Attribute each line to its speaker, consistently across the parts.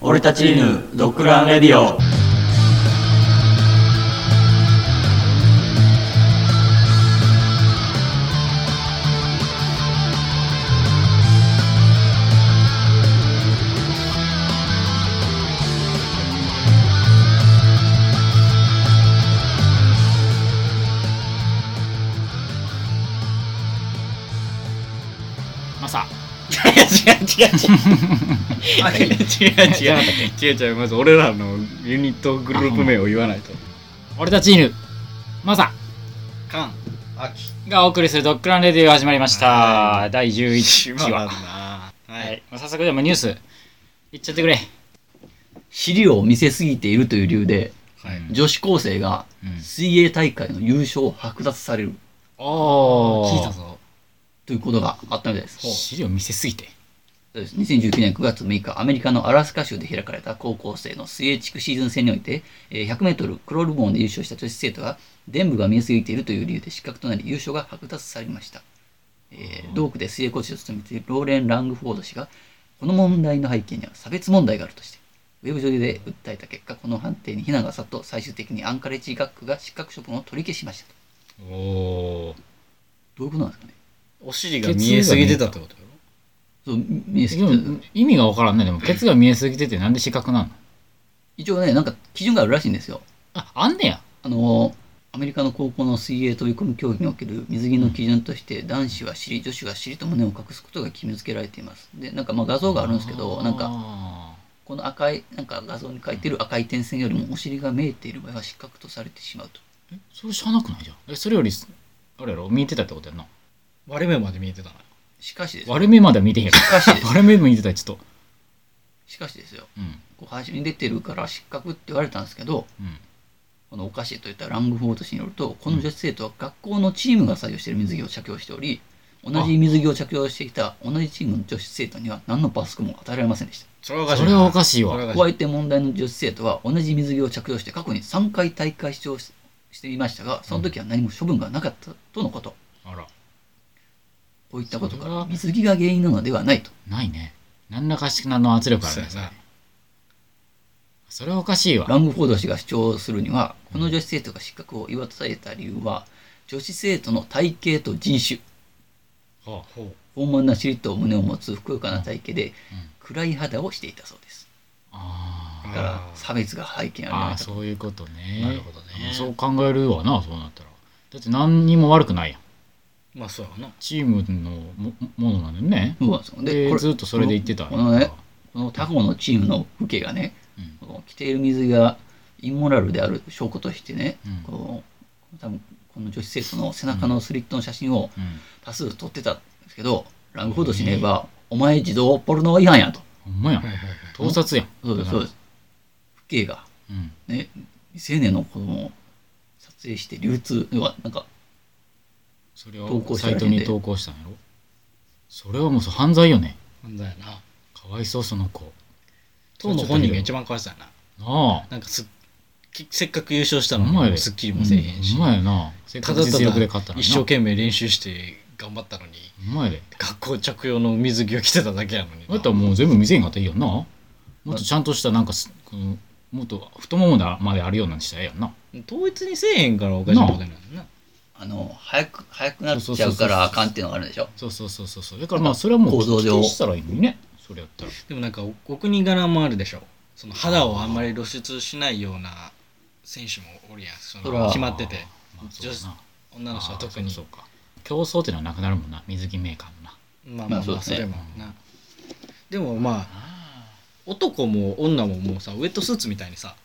Speaker 1: 俺たち犬ドッグランレディオ
Speaker 2: マサ違う違う違う違う違う違う違う違うまず俺らのユニットグループ名を言わないと俺たち犬マサ
Speaker 3: かんあき
Speaker 2: がお送りするドッグランレディーが始まりました第11話
Speaker 3: は
Speaker 2: は
Speaker 3: な、はい
Speaker 2: い、まあ早速でもニュースいっちゃってくれ
Speaker 1: 資料を見せすぎているという理由で
Speaker 3: はい
Speaker 1: 女子高生が
Speaker 2: うん
Speaker 1: 水泳大会の優勝を剥奪される
Speaker 2: おお
Speaker 3: 聞いたぞ
Speaker 1: ということがあったみたいです
Speaker 2: 資料見せすぎて
Speaker 1: そうです2019年9月6日アメリカのアラスカ州で開かれた高校生の水泳地区シーズン戦において 100m クロールボーンで優勝した女子生徒が全部が見えすぎているという理由で失格となり優勝が剥奪されました、えー同区で水泳コーチを務めているローレン・ラングフォード氏がこの問題の背景には差別問題があるとしてウェブ上で訴えた結果この判定に非難が殺到最終的にアンカレッジ学区が失格処分を取り消しましたと
Speaker 2: おお
Speaker 1: どういうことなんですかね
Speaker 3: お尻が見えすぎてたってことよ
Speaker 1: そう見えす
Speaker 2: で
Speaker 1: ぎて
Speaker 2: も意味がわからんねでもケツが見えすぎててなんで視覚なの
Speaker 1: 一応ねなんか基準があるらしいんですよ
Speaker 2: ああんねや
Speaker 1: あのアメリカの高校の水泳飛び込み競技における水着の基準として男子は尻女子が尻と胸を隠すことが決めつけられていますでなんかまあ画像があるんですけどなんか
Speaker 2: か
Speaker 1: この赤いなんか画像に書いてる赤い点線よりもお尻が見えている場合は失格とされてしまうと
Speaker 2: それ知らなくないじゃんえそれよりあれやろ見えてたってことやんな
Speaker 3: 割れ目まで見えてたな
Speaker 1: しかしですよ
Speaker 2: 割れ目までは見てへんや ろ
Speaker 1: しかしです
Speaker 2: 割れ目も見てたらちょっと
Speaker 1: しかしですよ
Speaker 2: うん
Speaker 1: こう配信に出てるから失格って言われたんですけど
Speaker 2: うん
Speaker 1: このおかしいと言ったラングフォード氏によるとこの女子生徒は学校のチームが採用している水着を着用しており同じ水着を着用してきた同じチームの女子生徒には何の罰則も与えられませんでした
Speaker 3: それはお
Speaker 2: それはおかしいわ
Speaker 3: 怖
Speaker 1: 加
Speaker 3: い
Speaker 1: えて問題の女子生徒は同じ水着を着用して過去に3回大会出場ししていましたがその時は何も処分がなかったとのこと、
Speaker 2: あら
Speaker 1: こういったことか
Speaker 2: それ
Speaker 1: ら
Speaker 2: は
Speaker 1: 水着が原因なのではないと
Speaker 2: ないね何らかしらの圧力あ
Speaker 3: そ
Speaker 2: る
Speaker 3: う
Speaker 2: ね
Speaker 3: やな
Speaker 2: それはおかしいわ
Speaker 1: ラングフォード氏が主張するにはこの女子生徒が失格を言い渡された理由は女子生徒の体型と人種
Speaker 3: ほうほ
Speaker 1: 豊満な尻と胸を持つふくよかな体型で暗い肌をしていたそうですだ
Speaker 2: あ
Speaker 3: あ
Speaker 1: から差別が背景ある
Speaker 2: ー
Speaker 1: んじゃない
Speaker 2: あ
Speaker 1: か
Speaker 2: ー
Speaker 1: と
Speaker 2: そういうことね
Speaker 3: なるほどね
Speaker 2: そう考えるわなそうなったらだって何にも悪くないやん
Speaker 3: うまあそうやな
Speaker 2: チームのもものなんだよね
Speaker 1: そうなんですよで
Speaker 2: で
Speaker 1: これ
Speaker 2: ずっとそれで言ってた
Speaker 1: このねこの他校のチームの父兄がね、
Speaker 2: うん
Speaker 1: この着ている水着がインモラルである証拠としてね、
Speaker 2: うん
Speaker 1: こう多分この女子生徒の背中のスリットの写真を
Speaker 2: うん
Speaker 1: 多数撮ってたんですけど、ラングフォード氏に言えば、お前児童ポルノ違反やと。
Speaker 2: ほんまやん
Speaker 3: はいはい
Speaker 2: 盗撮やん
Speaker 1: そうです、そうです。父兄が、
Speaker 2: うん
Speaker 1: ね、未成年の子供を撮影して流通、要はなんか、
Speaker 2: それ
Speaker 1: 投
Speaker 2: を
Speaker 1: 稿した
Speaker 2: サ
Speaker 1: ら
Speaker 2: イ
Speaker 1: 変で
Speaker 2: トに投稿したんやろそれはもうそう犯罪よね
Speaker 3: なんだよな
Speaker 2: かわいそうその子
Speaker 3: 当の本人が一番かわいそうやな
Speaker 2: なあ
Speaker 3: なんかすっきせっかく優勝したの
Speaker 2: ほんまやで
Speaker 3: にすっきりもせえへんし、
Speaker 2: ほんまやなせっか
Speaker 3: た
Speaker 2: く
Speaker 3: だた
Speaker 2: 実力で
Speaker 3: だ
Speaker 2: 勝ったのに
Speaker 3: 一生懸命練習して頑張ったのに
Speaker 2: 命ほんまやで
Speaker 3: 学校着用の水着を着てただけやのにな
Speaker 2: だったらもう全部見せんかったらいいよなもっとちゃんとしたなんかすこのもっと太ももまであるようなんしたらええやんな
Speaker 3: 統一にせえへんからおかしいことになるな
Speaker 1: あの、早く、早くなっちゃうからあかんっていうのがあるんでしょ。
Speaker 2: そうそうそうそうそうだからまあそれはもう
Speaker 1: 構造
Speaker 2: 規
Speaker 1: 上
Speaker 2: 定したらいいのにねそれやったら
Speaker 3: でもなんかおお国柄もあるでしょその肌をあんまり露出しないような選手もおるやんそ
Speaker 1: そら
Speaker 3: の決まってて
Speaker 2: まあそうだな
Speaker 3: 女の人は特
Speaker 2: あー
Speaker 3: に
Speaker 2: そうか競争っていうのはなくなるもんな水着メーカーもな
Speaker 3: ま
Speaker 1: ま
Speaker 3: あま
Speaker 1: あ
Speaker 3: あ
Speaker 1: そうで
Speaker 3: まあ
Speaker 1: す
Speaker 3: そ
Speaker 1: ね
Speaker 3: れもなでもまあ男も女ももうさウエットスーツみたいにさ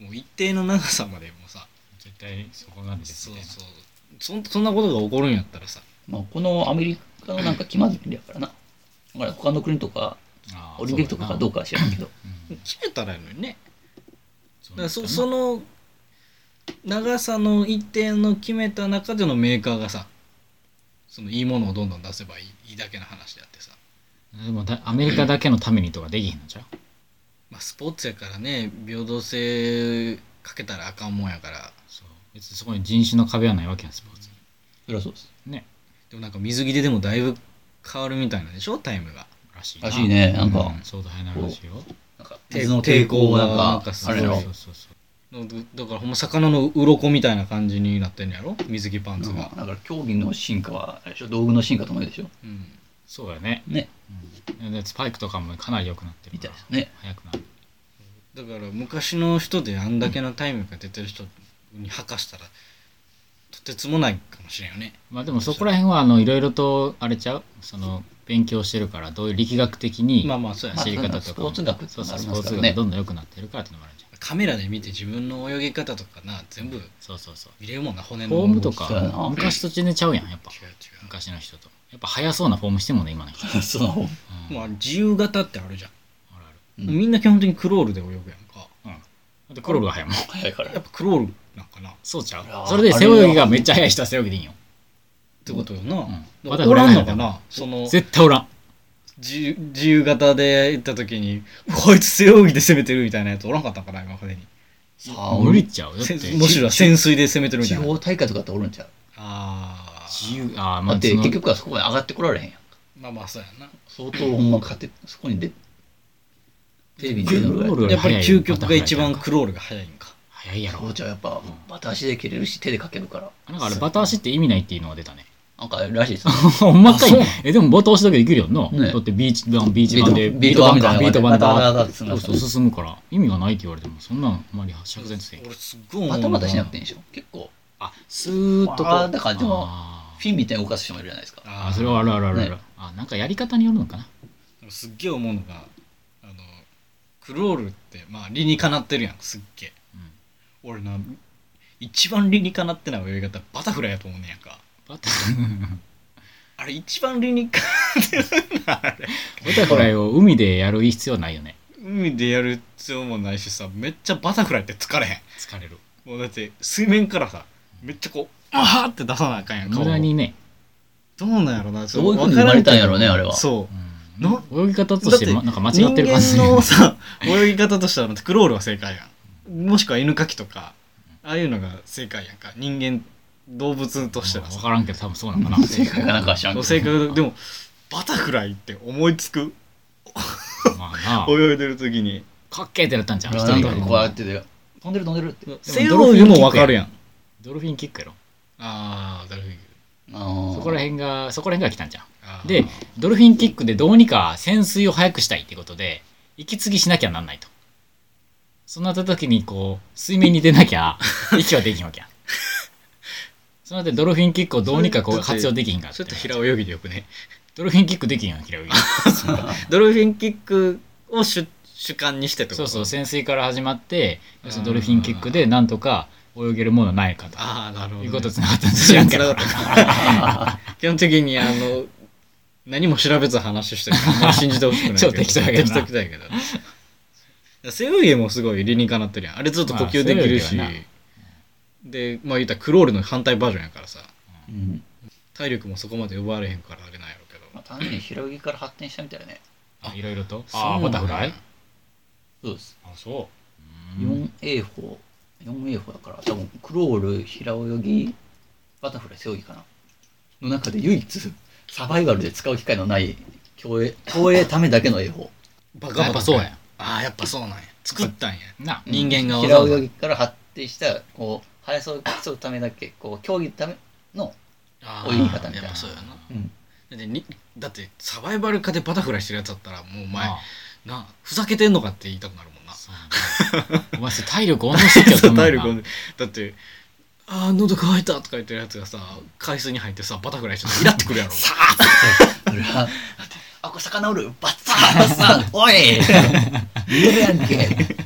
Speaker 3: もう一定の長さまでもうさ
Speaker 2: 絶対そこなんです
Speaker 3: そ
Speaker 2: よ
Speaker 3: う
Speaker 2: ね
Speaker 3: そうそんそんなことが起こるんやったらさ
Speaker 1: まあ、このアメリカのなんか気まずいやからな。だから他の国とか、
Speaker 2: あー
Speaker 1: オリンピックとかどうかは知らんけど。
Speaker 2: うん
Speaker 3: 決めたらやのにね
Speaker 2: そ
Speaker 3: だ
Speaker 2: うなん
Speaker 3: から
Speaker 2: だ
Speaker 3: そ
Speaker 2: な
Speaker 3: その長さの一定の決めた中でのメーカーがさそのいいものをどんどん出せばいいいいだけの話であってさ、
Speaker 2: でもだアメリカだけのためにとかできへんのじゃう
Speaker 3: まあ、スポーツやからね平等性かけたらあかんもんやから
Speaker 2: そう別にそこに人種の壁はないわけやんスポーツに
Speaker 1: そりゃそうです。
Speaker 2: ね
Speaker 3: でもなんか水着ででもだいぶ変わるみたいなんでしょタイムが
Speaker 2: らしいな
Speaker 1: らしいね。なんか、
Speaker 2: うんそうだよならしいよ
Speaker 1: なんか鉄の抵抗もなん
Speaker 3: 抵抗が
Speaker 1: か
Speaker 3: す
Speaker 1: あ
Speaker 3: ごい
Speaker 1: れの
Speaker 3: そうそうそうだだからほんま魚の鱗みたいな感じになってんやろ水着パンツ
Speaker 1: うん
Speaker 3: が、
Speaker 1: だから競技の進化はあれでしょ道具の進化とも言うでしょ
Speaker 3: うん
Speaker 2: そうだよね、
Speaker 1: ね
Speaker 2: うんでスパイクとかもかなり良くなってる
Speaker 1: み
Speaker 2: か
Speaker 1: たい
Speaker 2: ら
Speaker 1: ですね
Speaker 2: 早くなる
Speaker 3: だから昔の人であんだけのタイムが出てる人に吐かしたらとてつもないかもしれんよね
Speaker 2: まあでもそこら辺はあのいろいろとあれちゃうその勉強してるからどういう力学的に
Speaker 3: まあまあそうや
Speaker 1: まあ
Speaker 3: ね
Speaker 2: 走り方とかも、
Speaker 1: スポーツ学って
Speaker 2: そ
Speaker 1: の
Speaker 2: う
Speaker 1: も
Speaker 2: そ
Speaker 1: あ
Speaker 2: う
Speaker 1: り
Speaker 2: ス
Speaker 1: ま
Speaker 2: ポ
Speaker 1: す
Speaker 2: ー
Speaker 1: からね
Speaker 2: ツ学がどんどん良くなってるからっていうのもあるじゃん
Speaker 3: カメラで見て自分の泳ぎ方とかな全部
Speaker 2: そうそうそう
Speaker 3: 見れるもんな骨の
Speaker 2: フォームと
Speaker 1: そうや
Speaker 2: か
Speaker 1: な
Speaker 2: 昔と全然ちゃうやんやっぱ
Speaker 3: 違う違
Speaker 2: 昔の人とやっぱ速そうなフォームしてんもんね今の人、
Speaker 1: その
Speaker 3: う
Speaker 2: うん
Speaker 3: もう
Speaker 2: あ
Speaker 3: あ
Speaker 2: る
Speaker 3: れ自由形ってあるじゃん、
Speaker 2: ある
Speaker 1: うん
Speaker 3: みんな基本的にクロールで泳ぐやんか
Speaker 2: だってクロールが速いもん
Speaker 1: 早いから
Speaker 3: やっぱクロールなんかなっ
Speaker 2: そうちゃ
Speaker 1: いやー
Speaker 2: うそれで背泳ぎがめっちゃ速い人は背泳ぎでいいんよ、
Speaker 3: てことよな、
Speaker 2: うん、
Speaker 3: だからおらんのか
Speaker 2: まだ
Speaker 3: なその
Speaker 2: 絶対おらん
Speaker 3: 自由自由形で行った時にこいつ背泳ぎで攻めてるみたいなやつおらんかったんかな今までに
Speaker 1: さあ
Speaker 2: 無理っちゃうだって
Speaker 3: せ
Speaker 2: 自
Speaker 3: むしろ潜水で攻めてるみた
Speaker 1: 地
Speaker 3: いな
Speaker 1: 方大会とかっておるんちゃう
Speaker 3: ああ
Speaker 2: 由ああま
Speaker 1: だ
Speaker 2: あ
Speaker 1: って
Speaker 2: その
Speaker 1: 結局はそこまで上がってこられへんやん
Speaker 3: まあまあそうやな
Speaker 1: 相当ほんま勝てそこに出テレビに出るぐらい
Speaker 2: クロール
Speaker 3: やっぱり
Speaker 2: 速い
Speaker 3: 究極
Speaker 2: バ
Speaker 3: が
Speaker 2: タフライ
Speaker 3: 一番クロールが早いんか
Speaker 2: 速いやろ
Speaker 1: そうちゃうやっぱバタ足で蹴れるし手でかけるから
Speaker 2: なんかあれバタ足って意味ないっていうのが出たね
Speaker 1: なんからしいですね
Speaker 2: ほんまかい
Speaker 1: あそう
Speaker 2: えでもバタ足だけできるやんな、
Speaker 1: ね
Speaker 2: だってビーチ版 ビーチ版で
Speaker 1: ビート板みたいな
Speaker 2: ビート版
Speaker 1: バタバタ
Speaker 2: だ
Speaker 1: バタってする
Speaker 2: そうそう進むから意味がないって言われてもそんなんあんまり釈然とせん
Speaker 3: 俺すっごい思う
Speaker 1: バ
Speaker 3: な
Speaker 1: タバタしなくていいんでしょ結構
Speaker 2: あスーッとこう
Speaker 1: あーだからでも
Speaker 2: あ
Speaker 1: フィンみたいに動かす人もいるじゃないですか
Speaker 2: ー
Speaker 3: あ
Speaker 2: あーそれ
Speaker 3: は
Speaker 2: はあるあるあるある、
Speaker 1: ね
Speaker 2: あなんかやり方によるのかな
Speaker 3: すっげえ思うのがあのクロールってまあ理にかなってるやんすっげえ
Speaker 2: うん
Speaker 3: 俺な一番理にかなってない泳ぎ方バタフライやと思うねんやんか
Speaker 2: バタバ
Speaker 3: あれ一番理にか
Speaker 2: タフライを海でやる必要ないよね
Speaker 3: 海でやる必要もないしさめっちゃバタフライって疲れへん
Speaker 2: 疲れる
Speaker 3: もうだって水面からさめっちゃこうあーって出さなあかんやん
Speaker 2: 無駄にね、
Speaker 3: どうなんやろな
Speaker 1: どういうふうに生まれたんやろうねあれは
Speaker 3: そう
Speaker 2: うん
Speaker 3: な
Speaker 2: 泳ぎ方として
Speaker 3: だっ
Speaker 2: ま
Speaker 3: て
Speaker 2: なんか間
Speaker 3: 人
Speaker 2: 違ってる
Speaker 3: 間
Speaker 2: 感じ
Speaker 3: のさ泳ぎ方としてはクロールは正解やんもしくは犬かきとかああいうのが正解やんか人間動物としては
Speaker 2: 分
Speaker 3: さ
Speaker 2: からんけど多分そうなのかな
Speaker 1: 正解かなんかは知らんけ
Speaker 3: そう
Speaker 1: ど
Speaker 3: 正解だでもバタフライって思いつく
Speaker 2: まあな
Speaker 3: 泳いでる時に
Speaker 2: かっけえってなったんじゃん
Speaker 1: なん
Speaker 2: 一
Speaker 1: か
Speaker 2: 人で
Speaker 1: こうやってて飛んでる飛んでるって
Speaker 3: 背泳ぎもわかるやん
Speaker 2: ドルフィンキックやろ
Speaker 3: ああドルフィン
Speaker 1: そ
Speaker 2: そこら辺がそこら辺が来たんじゃん
Speaker 3: あー
Speaker 2: でドルフィンキックでどうにか潜水を速くしたいってことで息継ぎしなきゃなんないとそうなった時にこう水面に出なき ゃ息はできんわけやその後ドルフィンキックをどうにかこ
Speaker 3: そうれだって
Speaker 2: 活用できひんかって
Speaker 3: ちょっと平泳ぎでよくね
Speaker 2: ドルフィンキックできんやん平泳ぎ
Speaker 3: ドルフィンキックを主主観にしてってこ
Speaker 2: そう
Speaker 3: と
Speaker 2: そう潜水から始まって要するにドルフィンキックでなんとか泳げるものないかと
Speaker 3: ああなるほどね
Speaker 2: いうことつながったんです知らんけど
Speaker 3: 繋がった 基本的にあの何も調べず話してるからあんまり信じてほし くないけど
Speaker 2: 超適当やけどな
Speaker 3: 適当だけど背泳ぎもすごい理にかなってるやんあれずっと呼吸できるし、
Speaker 2: まあ背泳ぎは
Speaker 3: でまあ言ったらクロールの反対バージョンやからさ
Speaker 1: うん
Speaker 3: 体力もそこまで奪われへんからあれなんやろうけど
Speaker 1: まあ単純に平泳ぎから発展したみたいだね
Speaker 2: あいろいろと
Speaker 3: そう
Speaker 2: あ
Speaker 3: な
Speaker 2: あ
Speaker 3: ん
Speaker 2: バ
Speaker 3: だ
Speaker 2: タフライ
Speaker 1: そうです
Speaker 2: あそう
Speaker 1: 4A 法 4A 法だから多分クロール平泳ぎバタフライ背泳ぎかなの中で唯一サバイバルで使う機会のない競泳競泳ためだけの泳法
Speaker 3: バ
Speaker 2: やっぱそうやん
Speaker 3: ああやっぱそうなんや作ったんや
Speaker 2: な
Speaker 3: 人間がわざ
Speaker 1: 平
Speaker 3: わざ
Speaker 1: 泳ぎから発展したこう速さを競うためだけこう競技のための
Speaker 3: あ
Speaker 1: ー
Speaker 3: あ
Speaker 1: 泳ぎ方みたいな
Speaker 3: やっぱそうやな
Speaker 1: うん
Speaker 3: だってにだってサバイバル化でバタフライしてるやつだったらもうお前
Speaker 2: まあ
Speaker 3: なふざけてんのかって言いたくなるもんな
Speaker 2: そうね お前それ体力温存してきよって思うよな
Speaker 3: 体力をだって「あー喉乾いた」とか言ってるやつがさ海水に入ってさバタフライしてたらイラってくるやろ
Speaker 1: 俺は あこれ魚おるバッサーバッサ ーおい見えるやんけ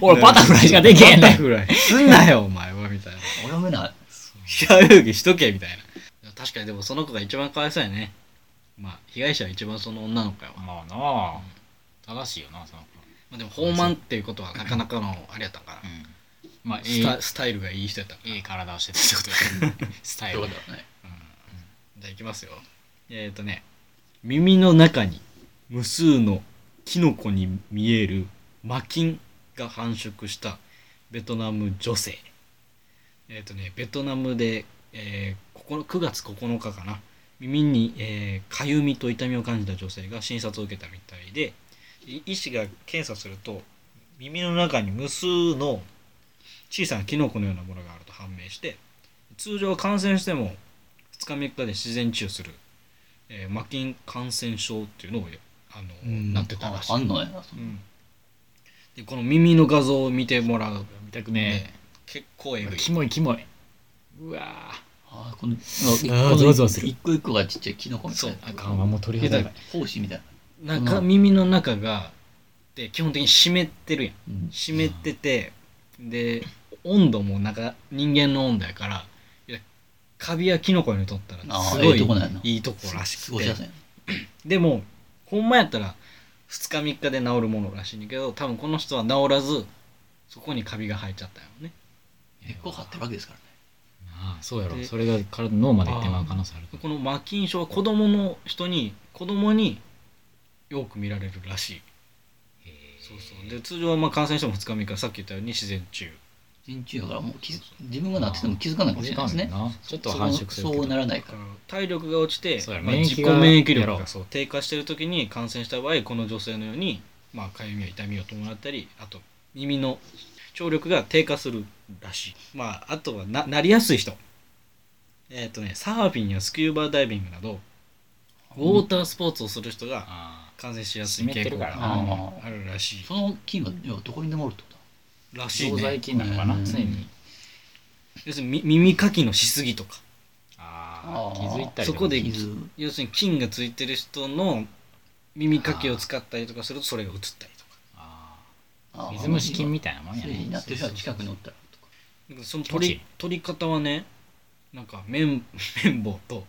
Speaker 2: 俺バタフライしかできへん
Speaker 3: バ
Speaker 2: ね
Speaker 3: タフライすんなよお前はみたいな
Speaker 1: 泳めない
Speaker 3: 平泳ぎしとけみたいな確かにでもその子が一番かわいそうやねまあ被害者は一番その女の子やわ、ま
Speaker 2: まあなあ正しいよなその
Speaker 3: あ、でも放慢っていうことはなかなかのあれやったんかな、
Speaker 2: うんまあえ
Speaker 3: スタ
Speaker 2: え
Speaker 3: スタイルがいい人やったんかな
Speaker 2: ええ体をしてたってことやねスタイ
Speaker 1: そう
Speaker 2: ル
Speaker 1: いうことだね
Speaker 3: じゃあいきますよえっ、とね耳の中に無数のキノコに見えるマキンが繁殖したベトナム女性えっ、とねベトナムで、えー、ここの9月9日かな耳に、えーかゆみと痛みを感じた女性が診察を受けたみたいでい医師が検査すると耳の中に無数の小さなキノコのようなものがあると判明して通常感染しても2日3日で自然治癒する、えー、魔菌感染症っていうのをあの、なってたらしい
Speaker 1: ああんのやな。そんな
Speaker 3: うんでこの耳の画像を見てもらう
Speaker 2: 見たくね
Speaker 3: 結構え
Speaker 2: え
Speaker 3: ぐい
Speaker 2: キモいキモいうわ
Speaker 1: あーこの、一
Speaker 2: あー
Speaker 1: 個
Speaker 2: ゾワゾワする
Speaker 1: 一個一個がちっちゃいキノコみたいな
Speaker 3: そ。
Speaker 2: ーあかんわもう取り外せ
Speaker 3: ひど
Speaker 2: ない
Speaker 1: 胞子みたいな。
Speaker 3: 中
Speaker 1: うん
Speaker 3: 耳の中がで基本的に湿ってるやん
Speaker 1: うん
Speaker 3: 湿ってて、で温度もなんか人間の温度やからいやカビやキノコにとったら
Speaker 1: あー
Speaker 3: すご
Speaker 1: ええ
Speaker 3: い
Speaker 1: とこなんやない
Speaker 3: いとこらし
Speaker 1: 過
Speaker 3: く
Speaker 1: ごしてやすいな。
Speaker 3: でもほんまやったら2日3日で治るものらしいねんだけど多分この人は治らずそこにカビが生えちゃったよね
Speaker 1: 結構張ってるわけですからね。
Speaker 2: ああそうやろ
Speaker 3: で
Speaker 2: それが体の脳までいってまう可能性あるから
Speaker 3: このマ菌症は子供の人に子供によく見られるらしいそうそうで通常はまあ感染しても2日3日さっき言ったように自然中
Speaker 1: 人中だからもう気づ自分がなってても気づかないかもしれないですね。
Speaker 2: ちょっとは繁殖する
Speaker 1: そうそうならない
Speaker 3: だ
Speaker 1: か。
Speaker 3: からら体力が落ちて、
Speaker 2: そうや
Speaker 3: まあ
Speaker 2: 免
Speaker 3: 自己
Speaker 2: 疫が
Speaker 3: 免疫力
Speaker 2: やろ
Speaker 3: がそう低下してる時に感染した場合この女性のようにまあかゆみや痛みを伴ったりあと耳の聴力が低下するらしいまああとはななりやすい人えっ、とねサーフィンやスキューバーダイビングなどウォータースポーツをする人が
Speaker 2: あ
Speaker 3: 感染しやすい傾向
Speaker 2: 湿ってるから
Speaker 3: が
Speaker 2: な
Speaker 1: あ
Speaker 3: あるらしい
Speaker 1: ーその菌は要はどこにでもおるってこ
Speaker 3: ら
Speaker 2: あ
Speaker 3: しい
Speaker 2: 常在
Speaker 3: ね
Speaker 2: 菌なのかな
Speaker 1: うん
Speaker 2: 常に
Speaker 3: 要するにみ耳かきのしすぎとか
Speaker 1: あ
Speaker 2: ああ
Speaker 1: ー
Speaker 2: 気づいたり
Speaker 3: そことで
Speaker 1: 傷
Speaker 3: 要するに菌がついてる人の耳かきを使ったりとかするとそれがうつったりとか
Speaker 2: あ
Speaker 1: あ
Speaker 2: あ
Speaker 1: ー
Speaker 2: 水虫菌みたいなもんや
Speaker 1: そういう風
Speaker 2: ね
Speaker 1: になってる人は近くにおったらとか。
Speaker 3: なんかその
Speaker 2: 気持ちい
Speaker 3: 取
Speaker 2: い
Speaker 3: り取り方はねなんか綿 綿棒と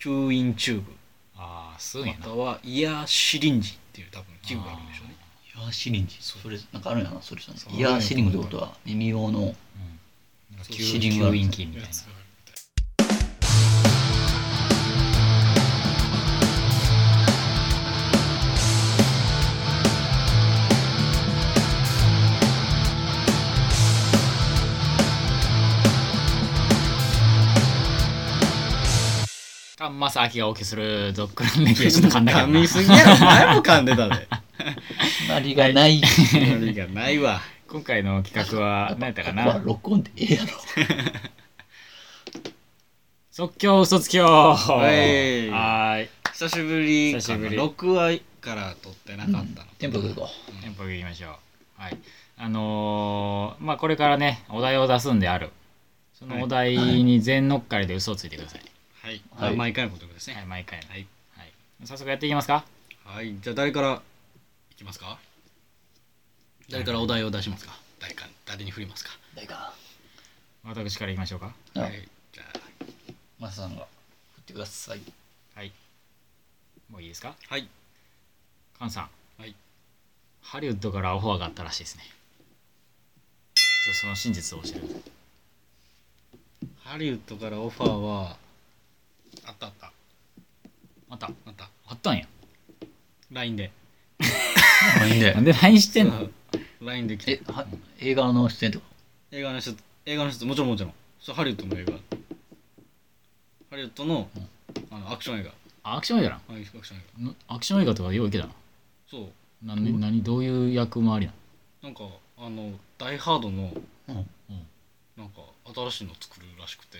Speaker 3: 吸引チューブ
Speaker 2: ああすん
Speaker 3: ま
Speaker 2: やな
Speaker 3: たはイヤーシリンジっていう多分器具があるんでしょうね
Speaker 1: イヤーシリンジ。
Speaker 3: そう
Speaker 1: それ、なんかあるんやな、それじゃ
Speaker 3: そう
Speaker 1: ない。イヤーシリングってことは、耳用の。
Speaker 2: うんなんか
Speaker 3: そう
Speaker 2: 吸
Speaker 1: シリング
Speaker 2: 吸引菌みたいな
Speaker 3: やつがある
Speaker 2: カンマサキがお受けするぞっくらんねきがちょっと噛んだけど
Speaker 3: 噛み
Speaker 2: な
Speaker 3: すぎやろ前も噛んで たで
Speaker 1: なりが ない。
Speaker 3: 無理がないわ
Speaker 2: 今回の企画は何やったか
Speaker 1: ここは
Speaker 2: な
Speaker 1: 録音でええやろ。
Speaker 2: 即興嘘つきよは
Speaker 3: はい
Speaker 2: ーい
Speaker 3: 久しぶり
Speaker 2: 久しぶり
Speaker 3: 6話から撮ってなかったの、
Speaker 1: テンポでいこ
Speaker 2: テンポいきましょうはいあのーまあこれからねお題を出すんであるそのお題に全乗っかりで嘘をついてください
Speaker 3: はい、
Speaker 1: はい
Speaker 3: 毎回のことです
Speaker 2: はい
Speaker 3: ね
Speaker 2: 毎回の
Speaker 3: はい、
Speaker 2: はい早速やっていきますか
Speaker 3: はい、じゃあ誰からいきますか誰からお題を出しますか誰か誰に振りますか
Speaker 1: う。誰か。
Speaker 2: 私からいきましょうか
Speaker 1: あ
Speaker 3: はいじゃあ
Speaker 1: マサさんが振ってください。
Speaker 2: はいもういいですか
Speaker 3: はい
Speaker 2: カンさん
Speaker 3: はい
Speaker 2: ハリウッドからオファーがあったらしいですねそその真実を教えてください
Speaker 3: ハリウッドからオファーはあったあった
Speaker 2: あった
Speaker 3: あった
Speaker 2: あったんや
Speaker 3: LINE で
Speaker 1: いいんだ
Speaker 2: なん。で LINE してん
Speaker 3: う
Speaker 2: の
Speaker 3: ん LINE で来
Speaker 1: え
Speaker 3: て、
Speaker 1: は映画の出演とか。
Speaker 3: 映画の人映画の人もちろんもちろんそうハリウッドの映画ハリウッドのあのアクション映画
Speaker 2: あアクション映画な
Speaker 3: アクション映画
Speaker 2: のアクション映画とかよういけたな
Speaker 3: そう
Speaker 2: 何、な何どういう役回りなの
Speaker 3: なんかあの「ダイ・ハードの」
Speaker 1: うん
Speaker 2: うん
Speaker 3: なんか新しいの作るらしくて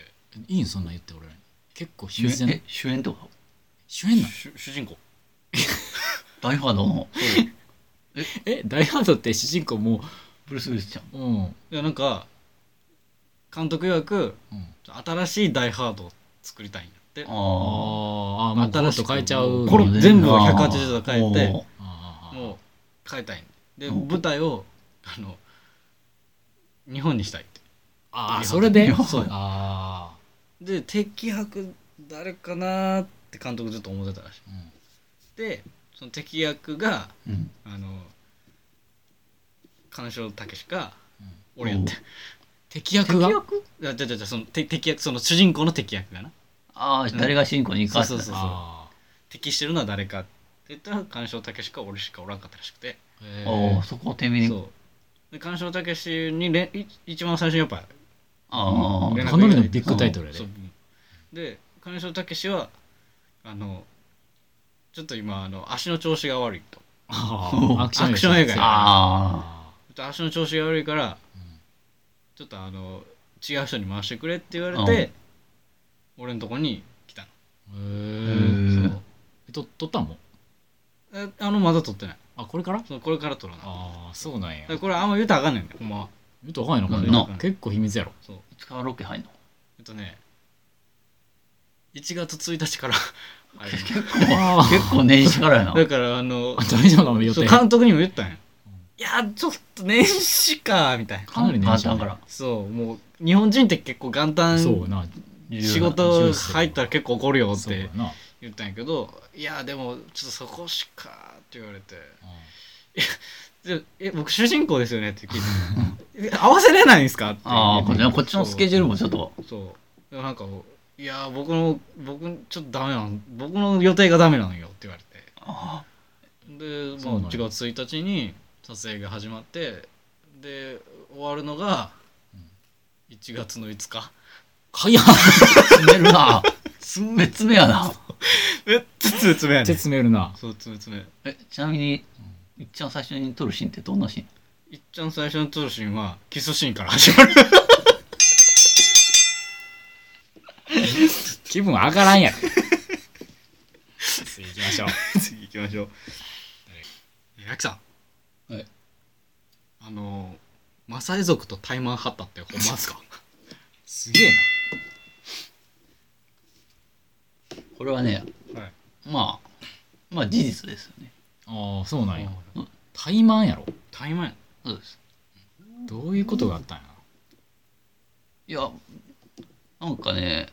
Speaker 2: いいんそんなん言って俺らに結構
Speaker 1: 主
Speaker 2: 必
Speaker 1: 演
Speaker 2: 然
Speaker 1: え主演とか。
Speaker 2: 主演なの
Speaker 3: 主主人公
Speaker 1: ダイハードの
Speaker 2: えダイハードって主人公も
Speaker 1: ブルース・ウィルスちゃん。
Speaker 2: ううん、うん、
Speaker 3: いやなんか監督曰く新しい「ダイ・ハード」を作りたいんやって
Speaker 1: あ
Speaker 3: も
Speaker 2: あ
Speaker 1: ー
Speaker 2: ーあもうコロッと変えちゃう
Speaker 3: これ全部を180度変えて
Speaker 1: おー
Speaker 2: あーあー
Speaker 3: う変えたいんで
Speaker 1: うん
Speaker 3: 舞台をあの日本にしたいって
Speaker 2: あーそれで
Speaker 1: そうや
Speaker 2: あ
Speaker 3: で敵役誰かなーって監督ずっと思ってたらしい
Speaker 2: ー、うん
Speaker 3: でその敵役が
Speaker 1: うん
Speaker 3: あの金城武か
Speaker 2: うん
Speaker 3: 俺やって
Speaker 2: 敵役が
Speaker 3: いやじゃじゃじゃそのて敵役その主人公の敵役がな
Speaker 1: ああ、誰が主人公に行くかって
Speaker 3: そうそうそう
Speaker 2: あ
Speaker 3: 敵してるのは誰かって言ったら金城武か俺しかおらんかったらしくて
Speaker 2: ーへー
Speaker 1: おーそこをてめえ
Speaker 3: そ
Speaker 1: に。
Speaker 3: うで金城武にれい一番最初にやっぱ
Speaker 1: あ
Speaker 3: 連絡
Speaker 1: あ。
Speaker 2: かなりのビッグタイトルやで
Speaker 3: そうで金城武はあのちょっと今あの足の調子が悪いと
Speaker 2: あ
Speaker 1: お
Speaker 2: ーアクション
Speaker 3: アクション映画や
Speaker 1: あ
Speaker 3: ちょっと足の調子が悪いから、
Speaker 2: ん
Speaker 3: ちょっとあの違う人に回してくれって言われて、俺のとこに来たの
Speaker 1: へ
Speaker 2: へえ
Speaker 1: ー
Speaker 2: そうえと撮ったんも
Speaker 3: えあのまだ撮ってない
Speaker 2: あこれから
Speaker 3: そのこれから撮らなだか
Speaker 2: ああそうなんや
Speaker 3: らこれあんま言うたらあかんねんねほんまは
Speaker 2: 見たらあかんやなこれ
Speaker 1: な
Speaker 2: な結構秘密やろ
Speaker 3: そう
Speaker 1: いつからロケ入んの
Speaker 3: えっとね1月1日から入る
Speaker 1: 結
Speaker 2: あ
Speaker 1: 構結構年始からや な
Speaker 3: のだからあの
Speaker 2: あ大丈夫かも予
Speaker 3: そう
Speaker 2: 定
Speaker 3: 監督にも言ったんや、
Speaker 2: うん
Speaker 3: いやちょっと年始かみたいな
Speaker 2: かなり年始
Speaker 1: 簡
Speaker 2: や
Speaker 1: 単
Speaker 2: ね
Speaker 1: から
Speaker 3: そうもう日本人って結構元
Speaker 2: そう
Speaker 3: 旦
Speaker 2: やな
Speaker 3: 仕事入ったら結構怒るよっ
Speaker 2: そうや
Speaker 3: て
Speaker 2: な
Speaker 3: 言ったんやけど「いやでもちょっとそこしか」って言われて「でえ僕主人公ですよね」って聞いて「え合わせれないんですか?」って
Speaker 1: ああこっちのこっちのスケジュール
Speaker 3: も
Speaker 1: もちょっと
Speaker 3: そうでもなんか「いや僕の僕ちょっとダメなん僕の予定がダメなんよ」って言われて
Speaker 1: あ
Speaker 3: で、
Speaker 2: そう
Speaker 3: まあ、
Speaker 2: なんや
Speaker 3: 1月1日に撮影が始まってで終わるのが1月の5日
Speaker 2: 早っ
Speaker 1: あ詰める な詰め詰めやな
Speaker 3: えっつつめや
Speaker 2: 手詰めるな
Speaker 3: そうつめつめ
Speaker 1: えちなみにいっちゃん最初に撮るシーンってどんなシーン
Speaker 3: いっちゃん最初の撮るシーンはキスシーンから始まる
Speaker 2: 気分上がらんやろ次行きましょう
Speaker 3: 次行きましょうえきさん
Speaker 1: はい
Speaker 3: あのマサイ族とタイマンハッタってほんまっ すか
Speaker 2: すげえ
Speaker 1: これはね、
Speaker 3: はい
Speaker 1: まあまあ事実ですよね
Speaker 2: なああそうなんや
Speaker 1: うん
Speaker 2: 怠慢やろ
Speaker 3: タイマンや
Speaker 1: そうです
Speaker 2: どういうことがあったんや
Speaker 1: いやなんかね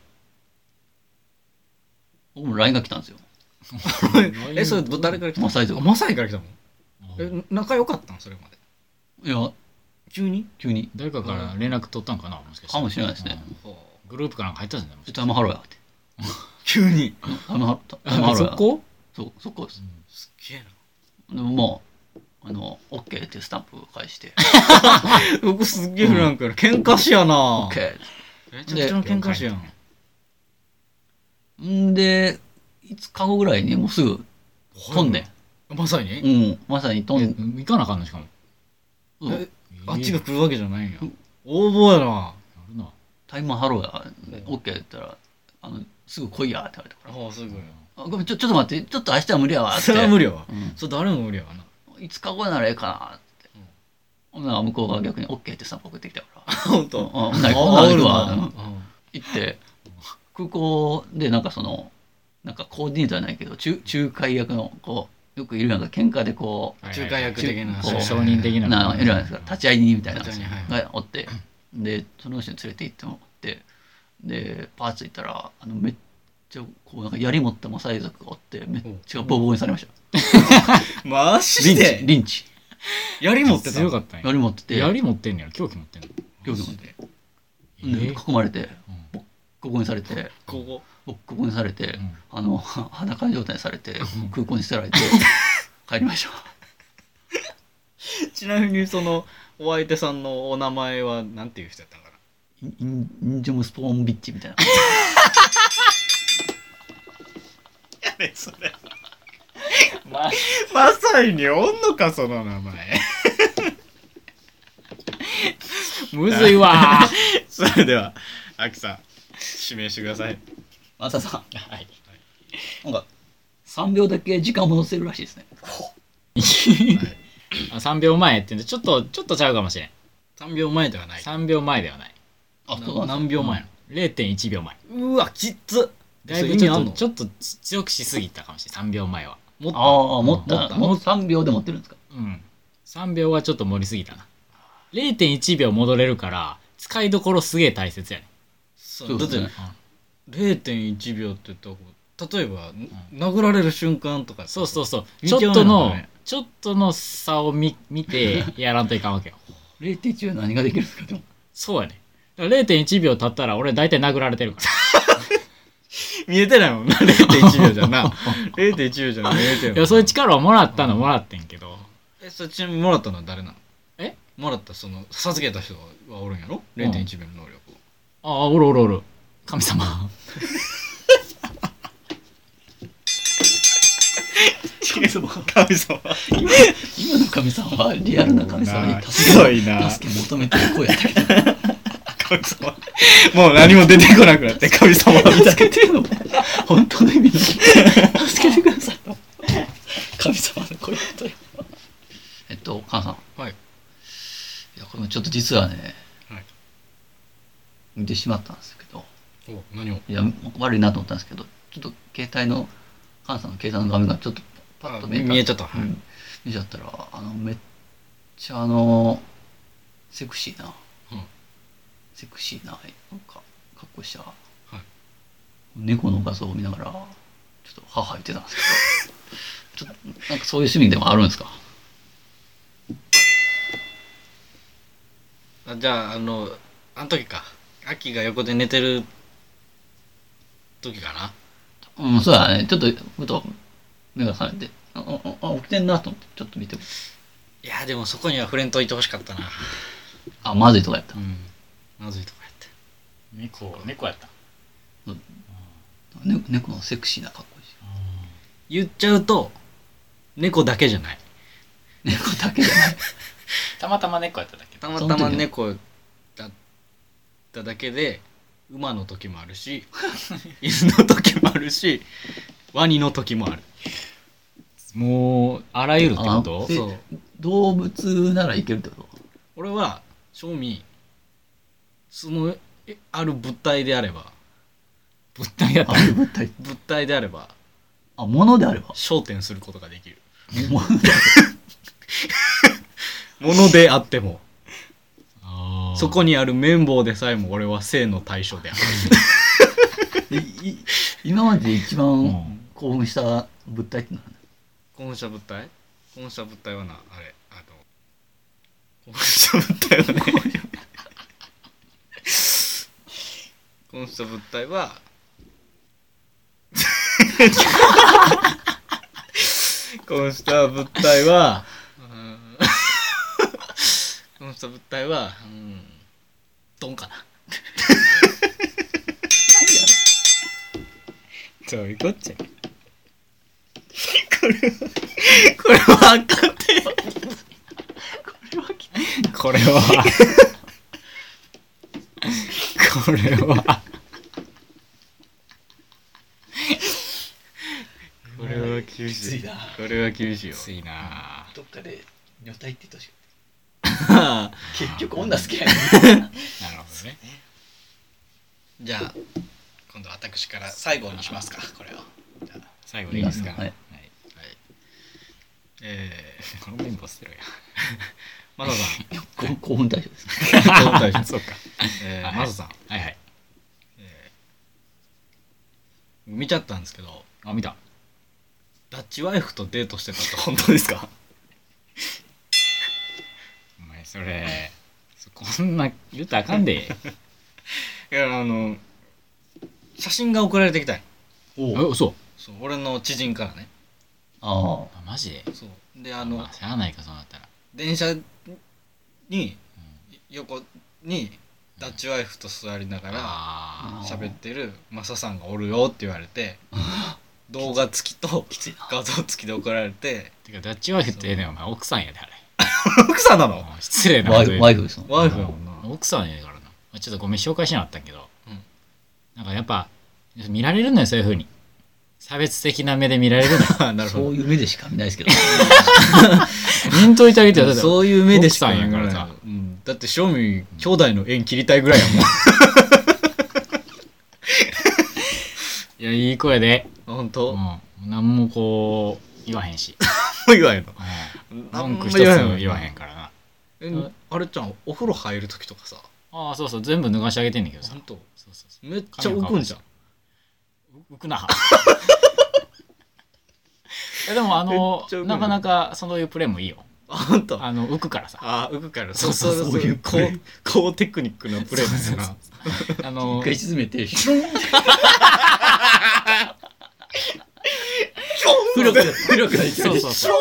Speaker 1: 僕も LINE が来たんですよ
Speaker 2: な
Speaker 3: えそれど誰から来た
Speaker 1: マサイ族
Speaker 3: あマサイから来たの
Speaker 2: え
Speaker 3: え仲良かったのそれまで
Speaker 1: いや
Speaker 3: 急に
Speaker 1: 急に
Speaker 2: 誰かから連絡取ったんかなもしかして
Speaker 1: かもしれないですね
Speaker 2: うんグループかなんか入ったんじゃないも
Speaker 1: 「えタイムハローや」って
Speaker 3: 急に
Speaker 1: 「タイムハロータイムハ
Speaker 2: あ
Speaker 1: ローや
Speaker 2: そ」こ
Speaker 1: そうそこです
Speaker 3: すっげえな
Speaker 1: でももうあの OK っていうスタンプを返して
Speaker 3: 僕すっげえフランクやな喧嘩師やな
Speaker 1: OK
Speaker 3: めちゃくちゃの喧嘩師やん
Speaker 1: んで5日後ぐらいにもうすぐ飛んで、
Speaker 3: まさに
Speaker 1: うん、まさに飛んで、
Speaker 2: うん行かなあかんのしかも
Speaker 1: うん
Speaker 3: あっちが
Speaker 2: え
Speaker 3: 来るわけじゃないんや
Speaker 1: うん
Speaker 3: 応募やな
Speaker 2: えやるな
Speaker 1: タイムハローや、OK って言ったら、あのすぐ来いやって言われたから
Speaker 3: ああすぐ
Speaker 1: あ、ごめん、ちょちょっと待って、ちょっと明日は無理やわって。
Speaker 3: それは無理やわ
Speaker 1: うん、
Speaker 3: それ誰も無理やわな
Speaker 1: 5日後ならええかなって。ほんなら向こうが逆に OK ってスタンプ送ってきたから。
Speaker 3: 本
Speaker 1: うん、
Speaker 3: 当。
Speaker 1: ほん
Speaker 3: あ
Speaker 1: ならほんなら行くわ。うん行って
Speaker 2: ん、
Speaker 1: 空港でなんかその、なんかコーディネーターじゃないけど、仲仲介役の、こう、よくいるなんか喧嘩でこう、
Speaker 3: 中華役的な
Speaker 1: こう
Speaker 2: 承認的な
Speaker 1: なあいるじゃないですか立ち会い人みたいな
Speaker 3: 立ち会い人
Speaker 1: がおってでその人に連れて行ってもらってでパーツ行ったらあのめっちゃこうなんか槍持ったマサイ族がおってめっちゃボコボコにされました
Speaker 3: マ
Speaker 1: リ
Speaker 3: ジ
Speaker 1: ンチ
Speaker 3: で
Speaker 1: リンチ
Speaker 3: 槍持ってた
Speaker 2: 強かったんや
Speaker 1: 槍持ってて
Speaker 2: 槍持ってんねやろ凶器持ってんの
Speaker 1: 両手持って
Speaker 2: え
Speaker 1: で囲まれて
Speaker 2: うん
Speaker 1: ここにされて
Speaker 3: ここ
Speaker 1: ボッコボコにされて、
Speaker 2: ん
Speaker 1: あの は裸状態にされて空港に捨てら れて帰りました
Speaker 3: ちなみにそのお相手さんのお名前はなんていう人やったんかな
Speaker 1: インインインジョムスポーンビッチみたいな
Speaker 3: やれそれ まさにおんのかその名前
Speaker 2: むずいわ ー
Speaker 3: それではアキさん指名してください
Speaker 1: またさ
Speaker 2: はい
Speaker 1: んなんか3秒だけ時間戻せるらしいですね
Speaker 2: あ3秒前って言うんでちょっとちょっとちゃうかもしれん
Speaker 3: 3秒前ではない
Speaker 2: 3秒前ではない
Speaker 1: あ
Speaker 3: な
Speaker 1: そうなんです
Speaker 3: 何秒前
Speaker 2: うん0.1秒前
Speaker 3: うわきっつ
Speaker 2: だいぶち
Speaker 3: それ意味
Speaker 2: ょ
Speaker 3: あ
Speaker 2: っ
Speaker 3: ん
Speaker 2: と
Speaker 3: の
Speaker 2: ちょっと強くしすぎたかもしれん3秒前は
Speaker 3: もっと
Speaker 1: ああ、持っ
Speaker 2: 持
Speaker 1: た。
Speaker 2: った
Speaker 1: もう3秒で持ってるんですか
Speaker 2: うん3秒はちょっと盛りすぎたな0.1秒戻れるから使いどころすげえ大切やね
Speaker 3: そ
Speaker 1: そう
Speaker 3: う
Speaker 1: で
Speaker 3: だっ
Speaker 1: す
Speaker 3: て
Speaker 1: ね
Speaker 3: 0.1秒って言ったらこう例えば、殴られる瞬間とか
Speaker 2: そうそうそう
Speaker 3: 見
Speaker 2: ち
Speaker 3: 極め
Speaker 2: ょ
Speaker 3: な
Speaker 2: っ
Speaker 3: あか
Speaker 2: と
Speaker 3: ん
Speaker 2: の
Speaker 3: ね
Speaker 2: ちょっとの差を見見てやらんといかんわけよ
Speaker 1: ?0.1 は何ができるんですかでも
Speaker 2: そうやねだから0.1秒経ったら俺大体殴られて るか
Speaker 3: 見えてないもんな0.1秒じゃ な0.1秒じゃな見えてる
Speaker 2: らいやそういう力をもらったのもらってんけど
Speaker 3: えそれちなみにもらったのは誰なの
Speaker 2: え
Speaker 3: もらったその授けた人はおるんやろ0.1秒の能力 を、
Speaker 2: ああおるおるおる神 様
Speaker 1: 神様
Speaker 3: 神様
Speaker 1: 今今の神様はリアルな神様に
Speaker 3: ひ
Speaker 1: 助
Speaker 3: ど
Speaker 1: け
Speaker 3: いな
Speaker 1: 助け求めてる声やったけど
Speaker 3: 神様もう何も出てこなくな って神様みたい
Speaker 1: 助けてよ 本当の意味の助けてください神様の声だったよえっと母さん
Speaker 3: はい
Speaker 1: いやこれもちょっと実はね、
Speaker 3: はい
Speaker 1: 見てしまったんですけど
Speaker 3: お何を
Speaker 1: いや悪いなと思ったんですけどちょっと携帯の母さんの携帯の画面がちょっとパッと見えた
Speaker 3: 見えちゃった、
Speaker 1: う
Speaker 3: はい
Speaker 1: ん見ちゃったらあのめっちゃあのセクシーな、
Speaker 3: うん
Speaker 1: セクシーななんかかっこいいした、
Speaker 3: い
Speaker 1: 猫の画像を見ながらちょっと母言ってたんですけど ちょっとなんかそういう趣味でもあるんですか
Speaker 3: あじゃああのあの時か秋が横で寝てる時かな
Speaker 1: うんそうだねちょっとふと目が覚めてあああ起きてんなと思ってちょっと見て
Speaker 3: いやでもそこには触れんといてほしかったな
Speaker 1: あまずいとかやった
Speaker 3: うんまずいとこやって
Speaker 2: 猫猫やった
Speaker 1: ね猫のセクシーなかっこいいし
Speaker 3: 言っちゃうと猫だけじゃない
Speaker 1: 猫だけじゃない
Speaker 2: たまたま猫やっただけ
Speaker 3: たまたま猫だっただけで馬の時もあるし犬の時もあるしワニの時もある
Speaker 2: もうあらゆるってこ
Speaker 1: あ
Speaker 2: と
Speaker 1: え
Speaker 3: そう
Speaker 1: 動物ならいけるってこと
Speaker 3: 俺は正味そのえある物体であれば
Speaker 2: 物体やった
Speaker 1: あれ物体
Speaker 3: 物体であれば
Speaker 1: あ物であれば
Speaker 3: 焦点することができる
Speaker 1: も
Speaker 3: ものであってもそこ
Speaker 2: に
Speaker 3: にある綿棒でさえも俺は性の対象である
Speaker 1: ういい今までで一番
Speaker 2: ん
Speaker 1: 興奮した物体って何
Speaker 3: 婚者物体婚者物体はなあれあの婚者物体はね婚者物体は婚者物体はうん婚者物体はうんドンかな
Speaker 2: どういうこっちゃ
Speaker 3: これはあかんて
Speaker 2: これはこれは
Speaker 3: これは厳しい
Speaker 1: きついな
Speaker 3: これは厳しいよ
Speaker 2: ついな
Speaker 1: どっかで女体って言ってほしい
Speaker 3: ああ
Speaker 1: 結局女好きやね
Speaker 2: なるほどね
Speaker 3: じゃあ今度私から最後にしますかこれをじゃあ
Speaker 2: 最後でいいですか
Speaker 1: いいですはい
Speaker 2: い
Speaker 3: えー、
Speaker 2: この綿棒捨てろや
Speaker 3: マサさん
Speaker 1: ん興奮対象ですね
Speaker 3: どうも大 丈夫
Speaker 2: そうか
Speaker 3: え
Speaker 2: はい
Speaker 3: ー、マサさん
Speaker 2: はいはい
Speaker 3: 見ちゃったんですけど
Speaker 2: あ見た
Speaker 3: ダッチワイフとデートしてたって本当ですか
Speaker 2: お前それそこんな言うたらあかんで
Speaker 3: いやあの写真が送られてきたんよ
Speaker 1: お
Speaker 2: えそう
Speaker 3: そう俺の知人からね
Speaker 1: あ
Speaker 2: あマジで
Speaker 3: そうであ
Speaker 2: あ
Speaker 3: の、
Speaker 2: まあ、しゃあないかそうなったら、
Speaker 3: 電車に
Speaker 2: うん
Speaker 3: 横にダッチワイフと座りながら
Speaker 2: あ
Speaker 1: ー
Speaker 3: 喋ってるマサさんがおるよって言われ て動画付きと
Speaker 1: きついな
Speaker 3: 画像付きで送られて
Speaker 2: ーてかダッチワイフってええねんお前奥さんやであれ
Speaker 3: 奥さんなの
Speaker 2: あー失礼なこ
Speaker 1: ワ
Speaker 2: と
Speaker 1: イ
Speaker 2: 言
Speaker 1: フ
Speaker 2: う
Speaker 1: ワイフですもん
Speaker 3: ワイフやもんな
Speaker 2: 奥さんやからなあちょっとごめん紹介しなかったんやけど、
Speaker 3: うん
Speaker 2: なんかやっぱ見られるのよそういうふうに差別的な目で見られるのよ
Speaker 3: なるほ
Speaker 1: そ
Speaker 3: ど
Speaker 1: ういう目でしか見ないですけど
Speaker 2: 見んといてあげてよだって
Speaker 3: そういう目でしか
Speaker 2: 奥さんや
Speaker 3: か
Speaker 2: からら
Speaker 3: さ
Speaker 2: さ、
Speaker 3: うん、だって正味兄弟の縁切りたいぐらいやもん
Speaker 2: いやいい声で、
Speaker 3: 本
Speaker 2: う
Speaker 3: 当、も
Speaker 2: ん、何もこう言わへんし、
Speaker 3: う言わへんの
Speaker 2: うん、
Speaker 3: あ
Speaker 2: 文
Speaker 3: ん
Speaker 2: 句
Speaker 3: ま
Speaker 2: 一
Speaker 3: 言わへ
Speaker 2: つ
Speaker 3: ん
Speaker 2: も言わへんからな
Speaker 3: え
Speaker 2: うん
Speaker 3: あれちゃんお風呂入る時とかさ
Speaker 2: ああそうそう全部脱がしてあげてんねんけどさ
Speaker 3: 本当
Speaker 2: そうそうそ
Speaker 3: めっちゃ浮くんじゃん
Speaker 2: う浮く ないやでもあ
Speaker 3: め
Speaker 2: の
Speaker 3: っちゃ浮くね
Speaker 2: なかなかそういうプレーもいいよ
Speaker 3: あほんとあ
Speaker 2: あの浮くからさ
Speaker 3: あ浮くから
Speaker 2: そうそうそう
Speaker 1: そういうプ
Speaker 3: 高
Speaker 1: レ
Speaker 3: 高テクニックなプレーですな
Speaker 2: あの
Speaker 1: 一回沈めて黒く黒くなりそ
Speaker 2: そうそうそう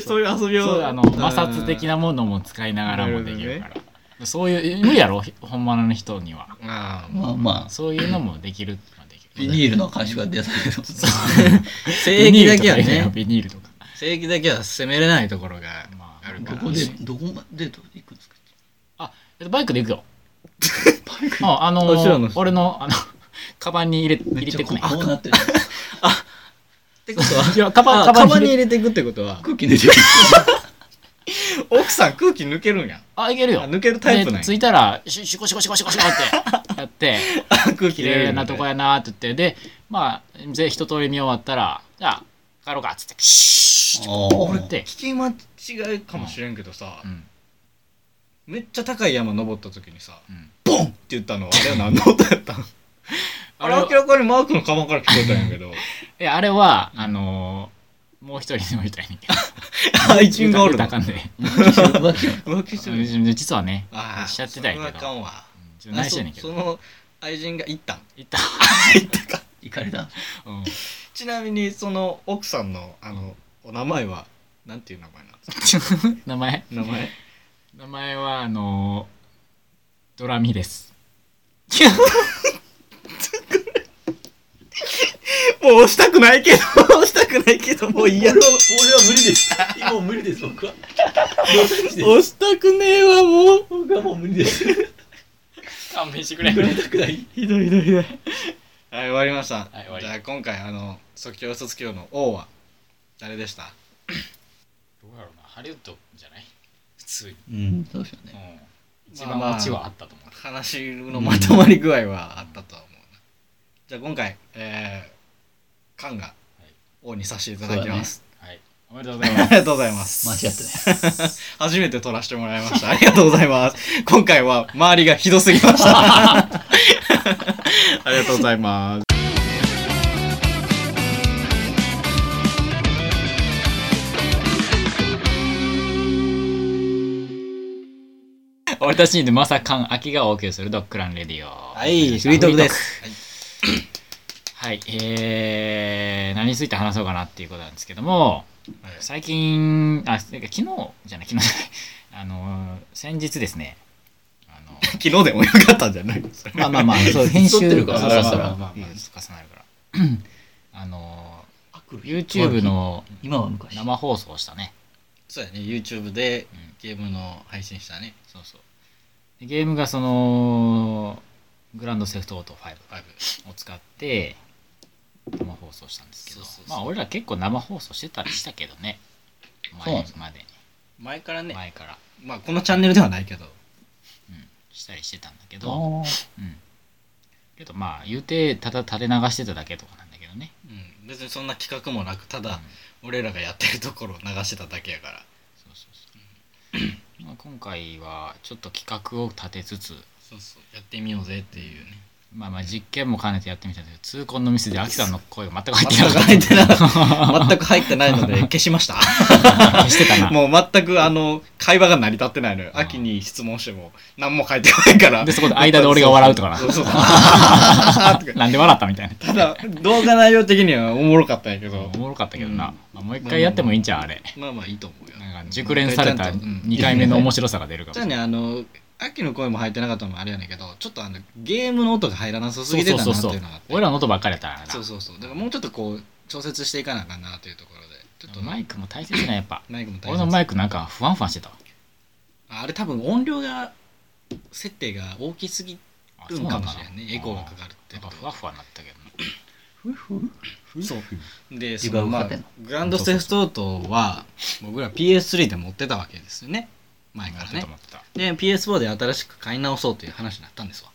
Speaker 3: そういう遊びを
Speaker 2: そうあの摩擦的なものも使いながらもできる
Speaker 3: な
Speaker 2: か
Speaker 3: る
Speaker 2: らそういう無理やろひ本物の人には
Speaker 3: あー
Speaker 1: まあまあ
Speaker 2: そういうのもできるのはでき
Speaker 1: ビ
Speaker 2: る
Speaker 1: ニールの感触が出ないけど
Speaker 3: 性癖だけはね
Speaker 2: ビニールとか
Speaker 3: 正義だけは攻めれないところが
Speaker 2: まあ
Speaker 3: あるか
Speaker 1: ど
Speaker 3: ら
Speaker 1: こで、どこまでデート行くんですか
Speaker 2: えっとバイクで行くよああの
Speaker 3: あ後ろの
Speaker 2: 俺のあのカバンに入れ入れてこない
Speaker 1: こうなってる。
Speaker 3: ってことはい
Speaker 2: やカバン
Speaker 3: あカ
Speaker 2: カバ
Speaker 3: バ
Speaker 2: ン
Speaker 3: ン
Speaker 2: に
Speaker 3: に
Speaker 2: 入
Speaker 3: 入
Speaker 2: れ
Speaker 3: れていくってことは
Speaker 1: 空気出てる。
Speaker 3: 奥さん空気抜けるんや
Speaker 2: あいける
Speaker 3: あ
Speaker 2: よ
Speaker 3: 抜けるタイプ
Speaker 2: で
Speaker 3: なんや
Speaker 2: 着いたらシュシュコシュコシュコシュコシュコってやって
Speaker 3: あ空気
Speaker 2: 綺
Speaker 3: 入れ
Speaker 2: 麗
Speaker 3: る
Speaker 2: なとこやなって言ってでまあぜ一通り見終わったらじゃあ帰ろうかっつってピシュ
Speaker 1: あ
Speaker 2: ッ
Speaker 1: ー
Speaker 2: こうやって、
Speaker 3: 聞き間違いかもしれんけどさ
Speaker 2: うん
Speaker 3: めっちゃ高い山登った時にさ
Speaker 2: うん
Speaker 3: ボンって言ったのあれは何の音やったのあれ明らかにマークのカバンから聞こえたんやけど
Speaker 2: いやあれはあのーもう一人の人やねんけど
Speaker 3: あ一員がおるの
Speaker 2: 豊かんで
Speaker 1: 浮気や
Speaker 3: 浮気してる
Speaker 2: うん実はね
Speaker 3: ああ
Speaker 2: しちゃってたんやけど
Speaker 3: それはあかんわ
Speaker 2: 自分内緒やねんけ
Speaker 3: そ
Speaker 2: ど
Speaker 3: の愛人が行ったん
Speaker 2: 行った、
Speaker 1: 行かれた。
Speaker 2: うん
Speaker 3: ちなみにその奥さんのあのお名前はなんていう名前なんですか
Speaker 2: 名前
Speaker 3: 名前
Speaker 2: 名前はあのードラミです
Speaker 3: もう押したくないけど 押したくないけどもう嫌だ
Speaker 1: 無理です。もう無理です、僕は。
Speaker 3: 押したくねえわもう
Speaker 1: 僕はもう無理です。
Speaker 2: 勘弁してくれ
Speaker 1: たくない。
Speaker 3: ひどいひどいひどいはい終わりました、
Speaker 2: い終わり
Speaker 3: じゃあ今回あの即興卒業の王は誰でした
Speaker 2: どうやろうなハリウッドじゃない普通に、
Speaker 1: うん、そうですよね。
Speaker 2: うん、一番オチはあったと思う、
Speaker 3: 話のまとまり具合はあったとは思うな、じゃあ今回えー、カンが王にさせていただきます、
Speaker 2: はいおめでとうござい
Speaker 3: あ
Speaker 2: ま
Speaker 3: りがとうございます
Speaker 1: 間違ってない。
Speaker 3: 初めて撮らせてもらいました。ありがとうございます。今回は周りがひどすぎま した。ありがとうございます。
Speaker 2: す俺たちにでまさかん秋が OK するドッグランレディオ
Speaker 3: はい、フリートークです。
Speaker 2: はいえー、何について話そうかなっていうことなんですけども
Speaker 3: はい
Speaker 2: 最近あてか昨日じゃない昨日じゃないあのー先日ですねあのー
Speaker 3: 昨日でもよかったんじゃないですか。
Speaker 2: まあまあまあ、そう、編集
Speaker 1: 撮ってるから
Speaker 2: そうそうそう
Speaker 1: だから
Speaker 2: まあまあ
Speaker 1: うん
Speaker 2: 重なるから。あの
Speaker 1: あ来る
Speaker 2: ー、YouTube の
Speaker 1: 今は昔。
Speaker 2: 生放送したね。
Speaker 3: そうやね、YouTube で
Speaker 2: うん
Speaker 3: ゲームの配信したね。
Speaker 2: そうそう。でゲームがその、グランドセフトオート
Speaker 3: ファイ
Speaker 2: 5を使って、生放送したんですけど
Speaker 3: そうそう、そう
Speaker 2: まあ俺ら結構生放送してたりしたけど ね。
Speaker 1: そうなん
Speaker 2: 前
Speaker 1: です
Speaker 2: までに、
Speaker 3: ブ前からね、
Speaker 2: 前から、
Speaker 3: まあこのチャンネルではないけど。
Speaker 2: うん、したりしてたんだけ
Speaker 1: あ
Speaker 2: ど、
Speaker 1: ー
Speaker 2: うん。けどまあ言うて、ただ垂れ流してただけとかなんだけどね。
Speaker 3: うん、別にそんな企画もなく、た
Speaker 2: うん
Speaker 3: だ俺らがやってるところを流してただけやから。
Speaker 2: そうそうそう。まあ今回はちょっと企画を立てつつ、
Speaker 3: そうそう、やってみようぜっていうね。
Speaker 2: まあまあ実験も兼ねてやってみたんですけど、痛恨のミスでアキさんの声が全く入って
Speaker 3: 全
Speaker 2: な
Speaker 3: く
Speaker 2: かっ
Speaker 3: 入 ってなかった。全く入ってないので消しました。
Speaker 2: た。消 してたな。
Speaker 3: もう全くあの会話が成り立ってないのよ
Speaker 2: あー
Speaker 3: 秋に質問しても何も書いてこないから
Speaker 2: でそこで間で俺が笑うとかな
Speaker 3: そ うそうそうあーとか
Speaker 2: なんで笑ったみたいな。
Speaker 3: ただ動画内容的にはおもろかったんやけど
Speaker 2: おもろかったけど
Speaker 3: う
Speaker 2: な。
Speaker 3: ん
Speaker 2: まあもう一回やってもいいんじゃん、あれ。
Speaker 3: まあまあいいと思うよ
Speaker 2: なんか熟練された
Speaker 3: もう一回ちゃんとうん
Speaker 2: 2回目の面白さが出るかもし
Speaker 3: じゃあ
Speaker 2: れない。
Speaker 3: ねあの秋の声も入ってなかったのもあれやねんけどちょっとあのゲームの音が入らなさすぎてたなって
Speaker 2: そうそう
Speaker 3: い
Speaker 2: う
Speaker 3: のがあって
Speaker 2: 俺らの音ばっかりやったからな。
Speaker 3: そうそうそうだからもうちょっとこう調節していかなあかんなというところでちょっと
Speaker 2: マイクも大切なやっぱ。
Speaker 3: マイクも大
Speaker 2: 俺
Speaker 3: 切
Speaker 2: のマイクなんかふわんふわんしてたわ。
Speaker 3: ああれ多分音量が設定が大きすぎ
Speaker 2: あ
Speaker 3: るんかもしれんねエコーがか
Speaker 2: る
Speaker 3: かるっ
Speaker 2: な
Speaker 3: て
Speaker 2: ん
Speaker 3: こ
Speaker 2: か
Speaker 3: と
Speaker 2: ふわふわになったけどな。
Speaker 3: そうで
Speaker 1: 自
Speaker 3: そ
Speaker 1: 分が
Speaker 3: の、ま
Speaker 1: 勝
Speaker 3: あ
Speaker 1: てんの、
Speaker 3: グランドセフトオートは僕ら PS3 で持ってたわけですよね前
Speaker 2: や
Speaker 3: から
Speaker 2: ってた
Speaker 3: ね
Speaker 2: 思ってた。
Speaker 3: で PS4 で新しく買い直そうという話になったんですわ、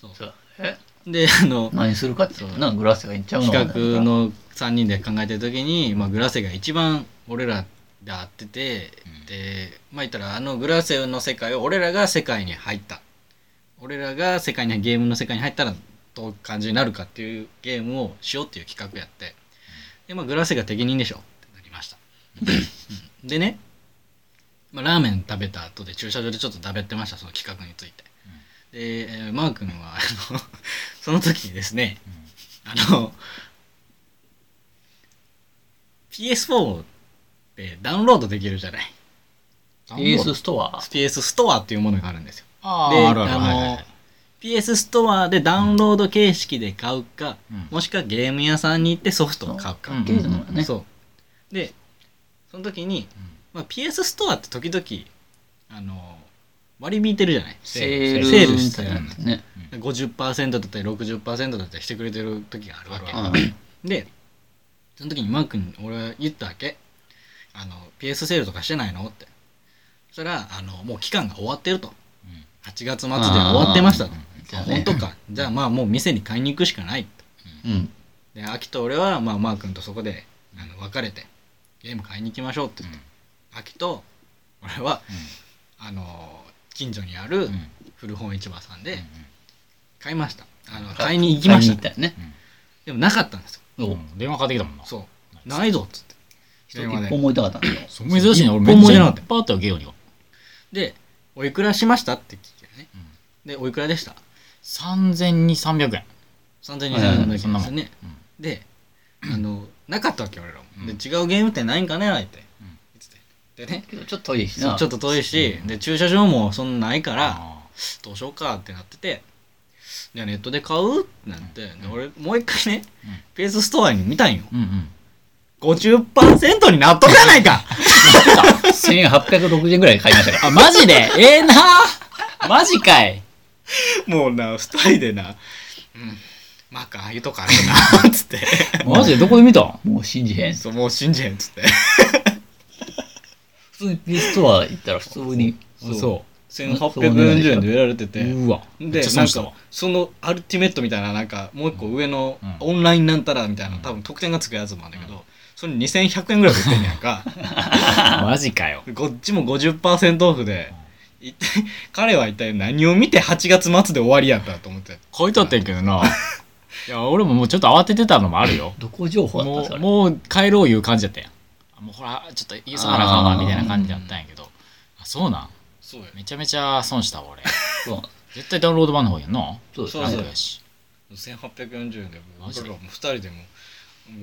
Speaker 3: そ
Speaker 1: そうえ
Speaker 3: うであの
Speaker 1: 何するかってな、グラスがいっちゃうの
Speaker 3: 企画の3人で考えてる時に、まあ、グラセが一番俺らで会ってて、
Speaker 2: うん
Speaker 3: でまあ言ったらあのグラセの世界を俺らが世界に入った俺らが世界にゲームの世界に入ったらどういう感じになるかっていうゲームをしようっていう企画やってで、まあ、グラセが適任でしょってなりましたうんでね、まあ、ラーメン食べた後で駐車場でちょっとだべってましたその企画について
Speaker 2: うん
Speaker 3: で、えーマー君はあの その時にですね
Speaker 2: うん
Speaker 3: あの、PS4 ってダウンロードできるじゃない。
Speaker 1: PS ストア
Speaker 3: PS ストアっていうものがあるんですよ。
Speaker 2: あ
Speaker 3: で
Speaker 2: あ、あるある。
Speaker 3: あの
Speaker 2: はいはいはい
Speaker 3: PS ストアでダウンロード形式で買うか、
Speaker 2: うん
Speaker 3: もしくはゲーム屋さんに行ってソフトを買うか。
Speaker 2: うん
Speaker 1: ゲームのね。
Speaker 3: そう。で、その時に、まあ、PS ストアって時々あの割り引いてるじゃない
Speaker 1: セール
Speaker 3: セール
Speaker 1: み
Speaker 3: したた
Speaker 1: い
Speaker 3: り
Speaker 1: なんですね。
Speaker 3: 50%だったり60%だったりしてくれてる時があるわけ
Speaker 1: あ
Speaker 3: でその時にマー君に俺は言ったわけあの PS セールとかしてないのってそしたらあのもう期間が終わってると8月末で終わってましたと
Speaker 1: じゃ
Speaker 3: あ
Speaker 1: あね
Speaker 3: 本当かじゃあまあもう店に買いに行くしかないと
Speaker 1: うん。
Speaker 3: で秋と俺はまあマー君とそこであの別れてゲーム買いに行きましょうって言って、秋と俺は、あの近所にある古本市場さんで買いましたあの買いに行きました
Speaker 1: 買いに行ったよね。
Speaker 3: でもなかったんですよ
Speaker 1: お
Speaker 2: 電話かってきたもんな。
Speaker 3: そうないぞっつって
Speaker 1: 一
Speaker 3: 電話
Speaker 1: 本
Speaker 3: で
Speaker 1: もいたかったんだ よ。
Speaker 2: そう珍しいね。
Speaker 3: そう
Speaker 2: 俺めっ
Speaker 3: 一本も
Speaker 2: ち
Speaker 3: 出な
Speaker 2: ゃい
Speaker 3: か
Speaker 2: っ
Speaker 3: った
Speaker 2: ぱいあったよ、ゲオには。
Speaker 3: でおいくらしましたって聞いてね
Speaker 2: うん
Speaker 3: でおいくらでした
Speaker 2: 3200円。
Speaker 3: 3200
Speaker 1: う
Speaker 3: 円
Speaker 1: ん
Speaker 3: です
Speaker 2: そんなもん
Speaker 3: ね
Speaker 2: うん
Speaker 3: であのなかったわけ俺らも、
Speaker 2: うん
Speaker 3: で違うゲーム店ないんかねなんて
Speaker 2: うん
Speaker 3: 言っててでね
Speaker 1: けどちょっと遠いし
Speaker 3: そ
Speaker 1: な。
Speaker 3: うちょっと遠いし、で駐車場もそんなないから
Speaker 2: あ
Speaker 3: どうしようかってなっててじゃあネットで買うってなって、で
Speaker 2: うん
Speaker 3: 俺もう一回ね、
Speaker 2: うん
Speaker 3: ペースストアに見たんよ
Speaker 2: ー。うんうん。
Speaker 3: 50%になっとるやないか
Speaker 1: 1860円ぐらい買いましたか
Speaker 2: あ、マジでええなマジか い。
Speaker 3: もうな二人でな「うんマーカーあげとかあれな」っつって
Speaker 2: マジでどこで見たん
Speaker 1: ら。もう信じへん。
Speaker 3: そうもう信じへんっつって
Speaker 1: 普通に P ストア行ったら普通に。
Speaker 2: そ
Speaker 3: 1840円で売られて
Speaker 2: う。
Speaker 3: て
Speaker 2: うわ。めっ
Speaker 3: で
Speaker 2: ちゃ
Speaker 3: な
Speaker 2: 損
Speaker 3: ん
Speaker 2: したわ
Speaker 3: かそのアルティメットみたいななんかもう一個上の
Speaker 2: うん
Speaker 3: オンラインなんたらみたいな
Speaker 2: うん
Speaker 3: 多分特典がつくやつもあるんだけどそれ2100円ぐらいで売ってんねや んか
Speaker 2: マジか よ。
Speaker 3: こっちも50%オフで一体彼は一体何を見て8月末で終わりやったと思って
Speaker 2: 書いとってんけど な。いや、俺ももうちょっと慌ててたのもある よ。
Speaker 1: どこ情報だったん
Speaker 2: も
Speaker 1: ですか
Speaker 2: う
Speaker 1: あれ
Speaker 2: もう帰ろういう感じだったやんあもうほらちょっと急がなあかんわみたいな感じだったんやけどあそうなん
Speaker 3: そうよ
Speaker 2: めちゃめちゃ損した わ俺
Speaker 1: そう
Speaker 2: 絶対ダウンロード版の方やんな
Speaker 1: そうです
Speaker 3: そう
Speaker 1: ね
Speaker 2: ライブやし
Speaker 3: 1840円でも
Speaker 2: マ
Speaker 3: う
Speaker 2: ジ
Speaker 3: 僕
Speaker 2: で
Speaker 3: らも2人でも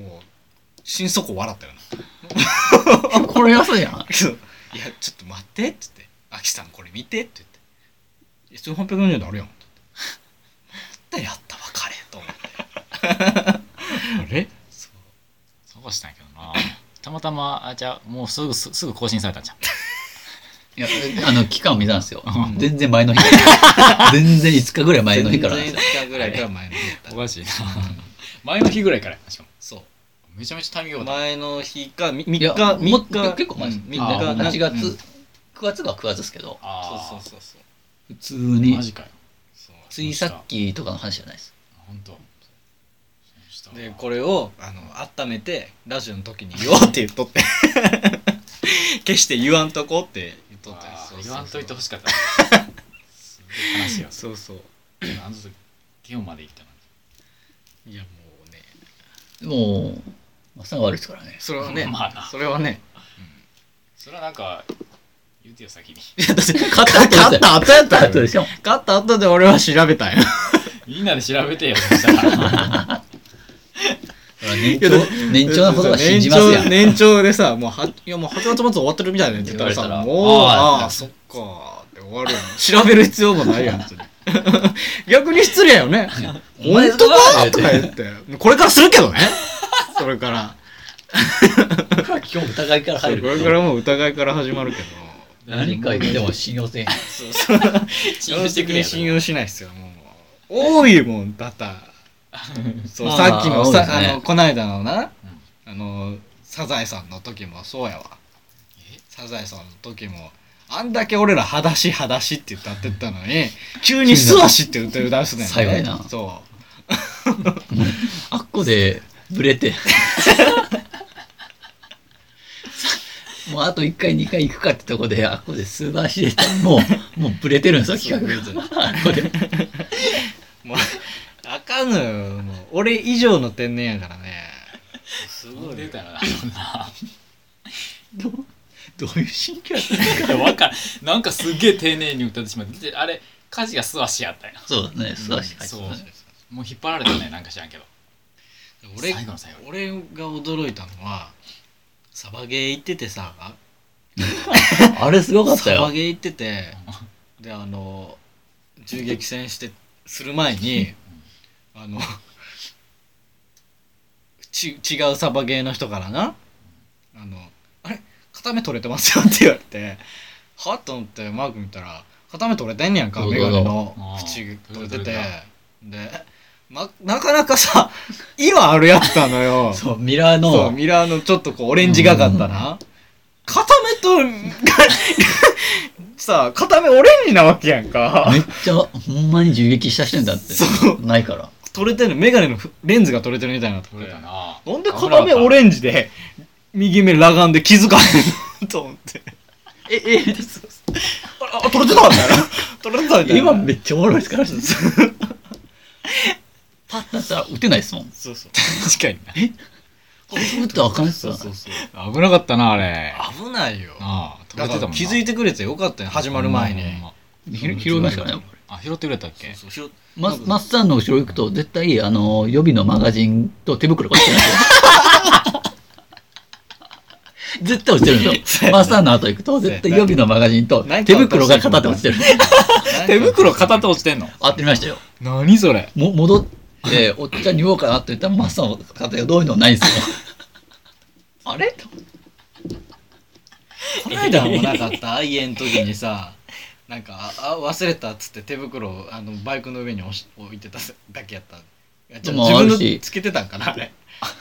Speaker 3: もう心底笑ったよな
Speaker 1: これ安いやん。
Speaker 3: けど「いやちょっと待って」っつって「アキさんこれ見て」って言って「1840円であるやん」って言って「またやったわ彼」と思って
Speaker 2: あれ
Speaker 3: そう
Speaker 2: そうしたんやけどなたまたまあじゃあもうすぐすすぐ更新されたんじゃん
Speaker 1: いや、あの、期間を見たんですよ
Speaker 2: う。
Speaker 1: 全然前の日。全然5日ぐらい前の日から。
Speaker 3: 全然5日ぐらいから前の日やった
Speaker 2: おかしいな前の日ぐらいからやしかも
Speaker 3: そ
Speaker 2: めちゃめちゃタイミン
Speaker 3: う
Speaker 2: グが
Speaker 3: 前の日か3
Speaker 1: い
Speaker 3: 日
Speaker 1: や
Speaker 3: 3
Speaker 1: もっ
Speaker 3: 日
Speaker 1: と結構前です。
Speaker 3: 3
Speaker 1: 8
Speaker 3: 日
Speaker 2: あー
Speaker 3: な
Speaker 1: 月
Speaker 3: うん、
Speaker 1: 9月が9月ですけど、
Speaker 2: あ
Speaker 3: そう
Speaker 2: あ
Speaker 3: そうそうそう
Speaker 1: 普通に
Speaker 2: マ、ジかよ
Speaker 3: そう
Speaker 1: ついさっきとかの話じゃないです。
Speaker 2: 本当損したわ
Speaker 3: でこれをあの温めてラジオの時に言おうって言っとって 決して言わんとこって言っとって
Speaker 2: あー
Speaker 3: そうそうそう
Speaker 2: 言わんといてほしかったすごい話よ
Speaker 3: そうそう
Speaker 2: あの時ゲオまで行ったの
Speaker 3: いやもうね
Speaker 1: もう、まさが悪いですからね。
Speaker 3: それはね、
Speaker 2: まあな
Speaker 3: それはね
Speaker 2: それはなんか言うてよ先に
Speaker 3: いやだって勝った後
Speaker 1: 勝っ
Speaker 3: 勝 った後やっ
Speaker 1: スタ
Speaker 3: た
Speaker 1: ート
Speaker 3: よ
Speaker 1: でしょ。
Speaker 3: 勝った後で俺は調べたよ
Speaker 2: みんなで調べ てよそしたら
Speaker 1: 年 長、年長なことは信じますやん。
Speaker 3: 年長年長でさもうはいやもう8月末終わってるみたいなって言ったらさ
Speaker 1: 言われたら
Speaker 3: もう
Speaker 2: あー
Speaker 3: ああーそっかって終わるよ調べる必要もないやん別に 逆に失礼やよね
Speaker 1: お前
Speaker 3: 本当
Speaker 1: だ
Speaker 3: だとか言ってこれからするけどねそれから
Speaker 1: 今日疑いから入
Speaker 3: そうこれか
Speaker 1: る。
Speaker 3: らもう疑いから始まるけど
Speaker 1: 何か言って も信用せえへん。
Speaker 3: そうそう
Speaker 2: 信用してくれや
Speaker 3: 信用しないっすよもう多いもんだったそう
Speaker 1: まあ
Speaker 3: さっきの
Speaker 1: そ
Speaker 3: さ
Speaker 1: うです
Speaker 3: あ
Speaker 1: ね
Speaker 3: のこないだのなあのサザエさんの時もそうやわサザエさんの時もあんだけ俺ら裸足裸足って歌ってたの に急に素足って歌う出すねんね
Speaker 1: 最後やな
Speaker 3: そ
Speaker 1: あっこで、ブレて。 もうあと1回2回行くかってとこであっこで素晴らしいですもうもうブレてるんですよ企画があっこで
Speaker 3: うもうあかんのよもう俺以上の天然やからね
Speaker 2: すごい出たよな そんな
Speaker 1: どうどういう心境やった
Speaker 2: いやわかんなんかすっげえ丁寧に歌ってしまってであれ歌詞が素足やったよ
Speaker 1: そうだね、素足入って
Speaker 2: そう
Speaker 1: たね。
Speaker 2: もう引っ張られたねなんか知らんけど
Speaker 3: 俺
Speaker 2: 最後の最後
Speaker 3: 俺が驚いたのはサバゲー行っててさ
Speaker 1: あれすごかった
Speaker 3: サ
Speaker 1: よ
Speaker 3: バ。ゲー行っててであの銃撃戦してする前にあの ち違うサバゲーの人からなあのあれ片目取れてますよって言われてはっと思ってマーク見たら片目取れてんねやんか
Speaker 1: そう
Speaker 3: 眼
Speaker 1: そうそう
Speaker 3: 鏡の
Speaker 2: あ
Speaker 3: 縁
Speaker 2: ー
Speaker 3: 取れて
Speaker 2: 取
Speaker 3: て
Speaker 2: れ
Speaker 3: で、ま、なかなかさ 今あるやつなのよそう
Speaker 1: そう、ミラーの、
Speaker 3: ミラーのちょっとこうオレンジがかったな片目と さ片目オレンジなわけやんか
Speaker 1: めっちゃ、ほんまに銃撃した人だって、
Speaker 3: そう
Speaker 1: ないから。
Speaker 3: 取れてる眼鏡のふレンズが取れてるみたいになってて
Speaker 2: 取れたな
Speaker 3: なんで片目オレンジで右目裸眼で気づかへんのと思って
Speaker 1: え、え、
Speaker 3: ああ取れてたみたいな取れてたみたいな
Speaker 1: 今めっちゃおもろいですから、パッとしたら撃てないですもん。
Speaker 3: そうそう
Speaker 2: 確かにな
Speaker 1: 撃ったらあかんっす
Speaker 3: そう
Speaker 1: わ。
Speaker 3: そうそう
Speaker 2: 危なかったなあれ
Speaker 3: 危ないよ
Speaker 2: ああ取
Speaker 3: だ
Speaker 2: れ
Speaker 3: か
Speaker 2: てたも
Speaker 3: ら
Speaker 2: んな
Speaker 3: 気づいてくれてよかったよ始まる前に
Speaker 2: ほんま
Speaker 1: ひろ拾いましたからね。
Speaker 2: あ拾ってくれたっけ
Speaker 3: そうそう
Speaker 1: マスマッサンの後ろ行くと、絶対、あの、予備のマガジンと手袋が落ちてるんですよ。 絶対落ちてるん ですよ。マッサンの後行くと、絶対予備のマガジンと手袋が片手落ちてる。
Speaker 2: 手袋片手落ちてんの
Speaker 1: あってましたよ。
Speaker 2: 何それ
Speaker 1: も戻って、おっちゃんに言おうかなって言ったら、マッサンの片手がどういうのないんですよ。 あれ
Speaker 3: この間もなかった家の時にさなんかあ忘れたっつって手袋をあのバイクの上に押し置いてただけやったいやじゃあ
Speaker 1: でも
Speaker 3: 自分
Speaker 1: あるし
Speaker 3: のつけてたんかなあれ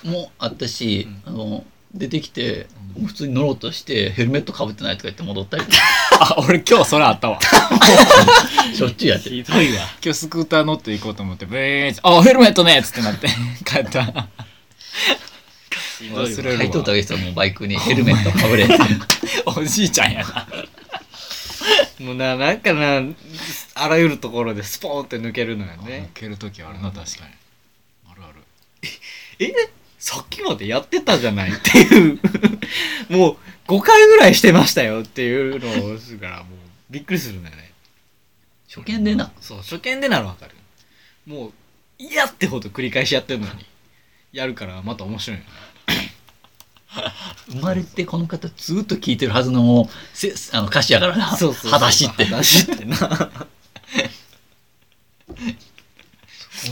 Speaker 1: もあったし、あの出てきて普通に乗ろうとしてヘルメットかぶってないとか言って戻ったりとか
Speaker 2: あ俺今日それあったわ
Speaker 1: しょっちゅうやってる
Speaker 3: ひどいわ
Speaker 2: 今日スクーター乗って行こうと思ってブイーッあヘルメットねっつってなって 帰った
Speaker 3: ひどいわ
Speaker 2: 忘れるわ
Speaker 1: 斎藤武さんもバイクにヘルメットか ぶれんって
Speaker 2: おじいちゃんやな
Speaker 3: もうななんかなあらゆるところでスポーンって抜けるのよ
Speaker 2: ね
Speaker 3: ね
Speaker 2: 蹴る時はあるな確かにあるある
Speaker 3: えさっきまでやってたじゃないっていう もう5回ぐらいしてましたよっていうのをするからもうびっくりするんだよね
Speaker 1: 初見でな
Speaker 3: そう初見でならわかるもう嫌ってほど繰り返しやってるのにやるからまた面白いよね
Speaker 1: 生まれてこの方ずっと聴いてるはずのせあの歌詞やからな
Speaker 3: そうそうそう
Speaker 1: 裸足って
Speaker 3: 裸足ってな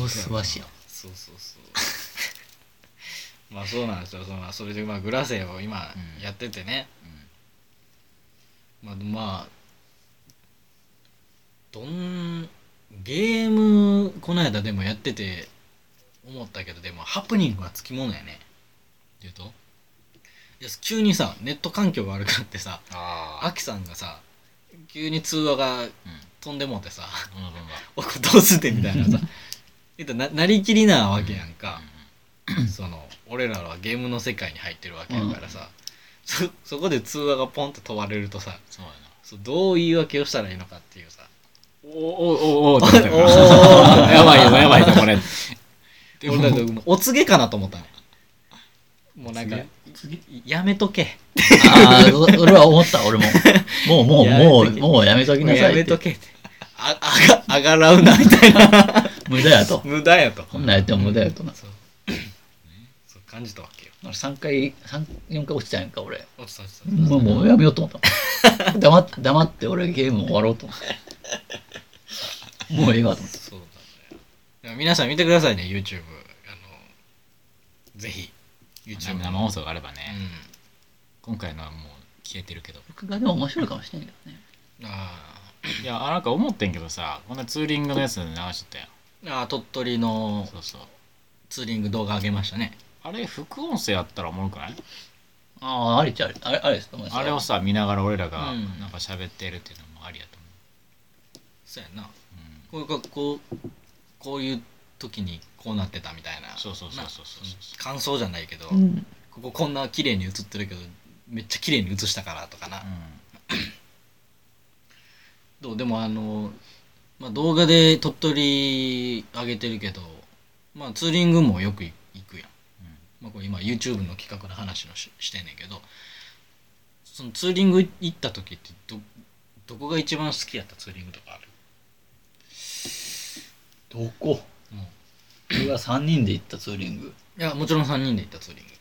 Speaker 1: おすわしや
Speaker 3: そうそうそうまあそうなんですよそのまあそれでまあグラセーを今
Speaker 2: うん
Speaker 3: やっててね、まあでもまあどんゲームこの間でもやってて思ったけどでもハプニングはつきものやね
Speaker 2: 言うと
Speaker 3: いや急にさネット環境が悪くなってさ
Speaker 2: あ
Speaker 3: アキさんがさ急に通話が飛んでもってさ
Speaker 2: あうんうんうん
Speaker 3: 「おこれどうすんねん」みたいなさ言うたらななりきりなわけやんか、その俺らはゲームの世界に入ってるわけやからさ、そそこで通話がポンと問われるとさ
Speaker 2: そうやな
Speaker 3: そうどう言い訳をしたらいいのかっていうさ
Speaker 2: おおおおおってなったから やばいよやばいよこれでも
Speaker 3: 俺だってもうお告げかなと思ったのもうなんか「やめとけ」
Speaker 1: ああそそれは思った俺ももうもう
Speaker 3: や
Speaker 1: も
Speaker 3: め
Speaker 1: う
Speaker 3: とけ
Speaker 1: もうやめと
Speaker 3: 「
Speaker 1: きなさ
Speaker 3: や
Speaker 1: い
Speaker 3: め
Speaker 1: って
Speaker 3: とけ」って「ああがあがらうな」みたいな
Speaker 1: 無駄やと
Speaker 3: 無駄やと
Speaker 1: こんなんやっても無駄やとな
Speaker 3: そうそう感じたわけよ
Speaker 1: 3回34回落ちたんやんか俺
Speaker 3: 落ちた落ちた
Speaker 1: もうもうやめようと思ったもん黙って黙って俺ゲーム終わろうと思ってもうええわと思って
Speaker 3: そうなんだよだから皆さん見てくださいね YouTube あのぜひ YouTube
Speaker 2: 生放送があれば
Speaker 3: う
Speaker 2: ね
Speaker 3: ん
Speaker 2: 今回のはもう消えてるけど
Speaker 1: 僕がでも面白いかもしれないけどね
Speaker 3: あ
Speaker 2: いやあなんか思ってんけどさこんなツーリングのやつ流しとったやん
Speaker 3: ーあー鳥取の
Speaker 2: そうそう
Speaker 3: ツーリング動画上げましたね
Speaker 2: あれ副音声やったらおもろくない
Speaker 1: ああありちゃありあれあれですかもしれな
Speaker 2: あ
Speaker 1: い
Speaker 2: れをさ見ながら俺らが
Speaker 3: うん
Speaker 2: なんか喋ってるっていうのもありやと思
Speaker 3: そうやんな
Speaker 2: う、うん
Speaker 3: こういう格好こういう時にこうなってたみたいな
Speaker 2: そうそうそう
Speaker 3: な
Speaker 2: そうそうそう
Speaker 3: うん感想じゃないけど、
Speaker 1: うん
Speaker 3: こここんな綺麗に映ってるけどめっちゃ綺麗に映したからとかな、
Speaker 2: う
Speaker 3: どうでもあの、まあ、動画で鳥取上げてるけど、まあ、ツーリングもよく行くやん
Speaker 2: んうん
Speaker 3: まあ、これ今 YouTube の企画の話のししてんねんけどそのツーリング行った時ってどどこが一番好きやったツーリングとかある
Speaker 1: どこ
Speaker 3: うん
Speaker 1: 僕は3人で行ったツーリング
Speaker 3: いやもちろん3人で行ったツーリング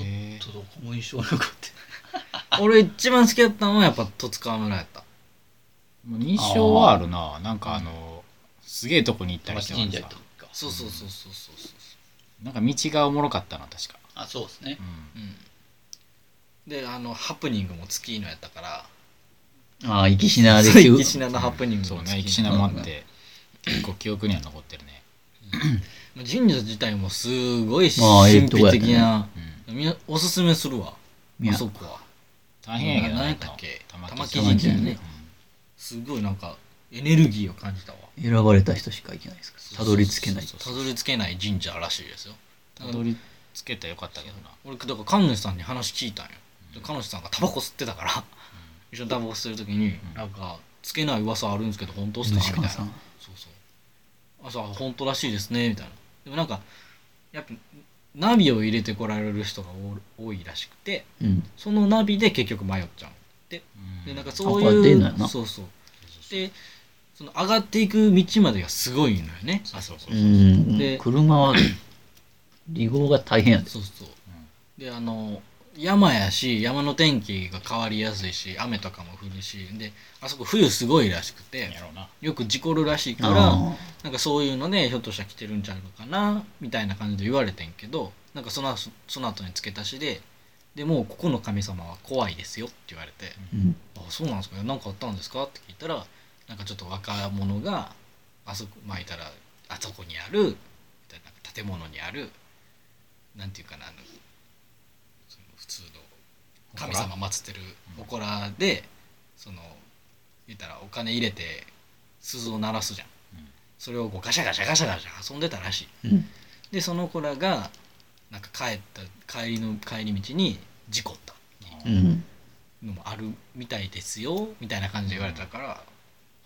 Speaker 2: え
Speaker 1: ちょっとどこも印象なくて
Speaker 3: 俺一番好きやったのはやっぱ十津川村やった
Speaker 2: もう印象はあるななんかあのすげえとこに行ったり
Speaker 1: 玉
Speaker 2: して
Speaker 1: 城神
Speaker 2: もさ
Speaker 1: 社行った時か
Speaker 3: そうそうそうそうそうそう
Speaker 2: なんか道がおもろかったな確か
Speaker 1: あそうですね
Speaker 2: うん
Speaker 3: うんであのハプニングも月犬やったから
Speaker 1: ああ、生き死なで
Speaker 3: そう
Speaker 1: 急
Speaker 3: 生き死なのハプニング
Speaker 2: そう
Speaker 3: も
Speaker 2: ね
Speaker 3: 月
Speaker 2: 生き死
Speaker 3: 犬
Speaker 2: なもあって結構記憶には残ってるね、
Speaker 3: まあ神社自体もすごい
Speaker 1: まあええ
Speaker 3: 神
Speaker 1: とこやった
Speaker 3: 秘
Speaker 1: ね
Speaker 3: 的な、
Speaker 2: うん、
Speaker 3: みんなおすすめするわ
Speaker 1: い
Speaker 3: あ
Speaker 1: や
Speaker 3: そこは
Speaker 2: 大変やけど
Speaker 3: な何や
Speaker 2: ね
Speaker 3: ったっけ
Speaker 2: 玉
Speaker 3: 玉
Speaker 2: 木
Speaker 3: 木
Speaker 2: 神
Speaker 3: 神
Speaker 2: 社
Speaker 3: 社
Speaker 2: や
Speaker 3: や
Speaker 2: ね
Speaker 3: ね、すごいなんかエネルギーを感じたわ
Speaker 1: 選ばれた人しか行けないですから。たどり着けない。
Speaker 3: そうそうそうたどり着けない神社らしいですよ
Speaker 2: うんたどりつけたらよかったけどな
Speaker 3: 俺だから神主さんに話聞いたんよで神主さんがタバコ吸ってたから 一緒にタバコ吸ってる時に、
Speaker 2: ん
Speaker 3: なんかつけない噂あるんですけど本当っすかみ
Speaker 1: 西
Speaker 3: たいな
Speaker 1: 川
Speaker 3: そ
Speaker 1: さ。
Speaker 3: うんそうあそう本当らしいですねみたいなでもなんかやっぱナビを入れてこられる人がお多いらしくて
Speaker 1: うん。
Speaker 3: そのナビで結局迷っちゃう
Speaker 2: うん
Speaker 3: でなんか
Speaker 2: う
Speaker 3: そう
Speaker 1: あこれ
Speaker 3: い
Speaker 1: 出
Speaker 3: うん
Speaker 1: のやな
Speaker 3: そうそうでその上がっていく道までがすごいのよねあそこ
Speaker 1: う
Speaker 3: そうで
Speaker 1: ん。車は、離合が大変やで。
Speaker 3: そうであの山やし山の天気が変わりやすいし雨とかも降るしであそこ冬すごいらしくて
Speaker 2: んやろうな
Speaker 3: よく事故るらしいから
Speaker 1: あ
Speaker 3: なんかそういうのでひょっとしたら来てるんちゃうのかなみたいな感じで言われてんけどなんかその後その後に付け足しで「でもうここの神様は怖いですよ」って言われて
Speaker 1: ーうん。
Speaker 3: あそうなんですかね何かあったんですか?」って聞いたらなんかちょっと若者があそこまいたらあそこにあるみたいな建物にあるなんていうかなあのその普通の神様祀ってる
Speaker 2: うん
Speaker 3: 祠でその言ったらお金入れて鈴を鳴らすじゃん
Speaker 2: うん
Speaker 3: それをこうガシャガシャガシャガシャ遊んでたらしい
Speaker 1: うん。
Speaker 3: でその子らがなんか帰った帰りの帰り道に事故った
Speaker 1: う。
Speaker 2: うん
Speaker 3: のもあるみたいですよみたいな感じで言われたから、あ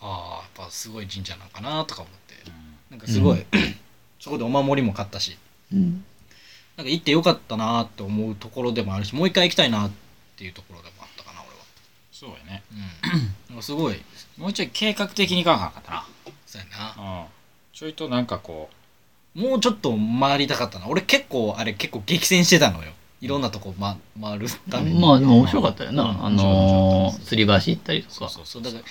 Speaker 3: あやっぱすごい神社なんかなとか思って
Speaker 2: ん
Speaker 3: なんかすごい、
Speaker 1: う
Speaker 3: そこでお守りも買ったし
Speaker 1: うん。
Speaker 3: なんか行ってよかったなって思うところでもあるしもう一回行きたいなっていうところでもあったかな俺は、
Speaker 2: そうやね
Speaker 3: うん、なんかすごい
Speaker 2: もうちょい計画的に考えなかったな
Speaker 3: そうやな
Speaker 2: うんちょいとなんかこ
Speaker 3: もうちょっと回りたかったな俺結構あれ結構激戦してたのよいろんなとこ、ま、回るために、
Speaker 1: まあでも面白かったよ
Speaker 3: う
Speaker 1: な。
Speaker 3: ん
Speaker 1: あのー、吊り橋行ったりと
Speaker 2: う
Speaker 1: か。
Speaker 2: そうそ
Speaker 3: そううだから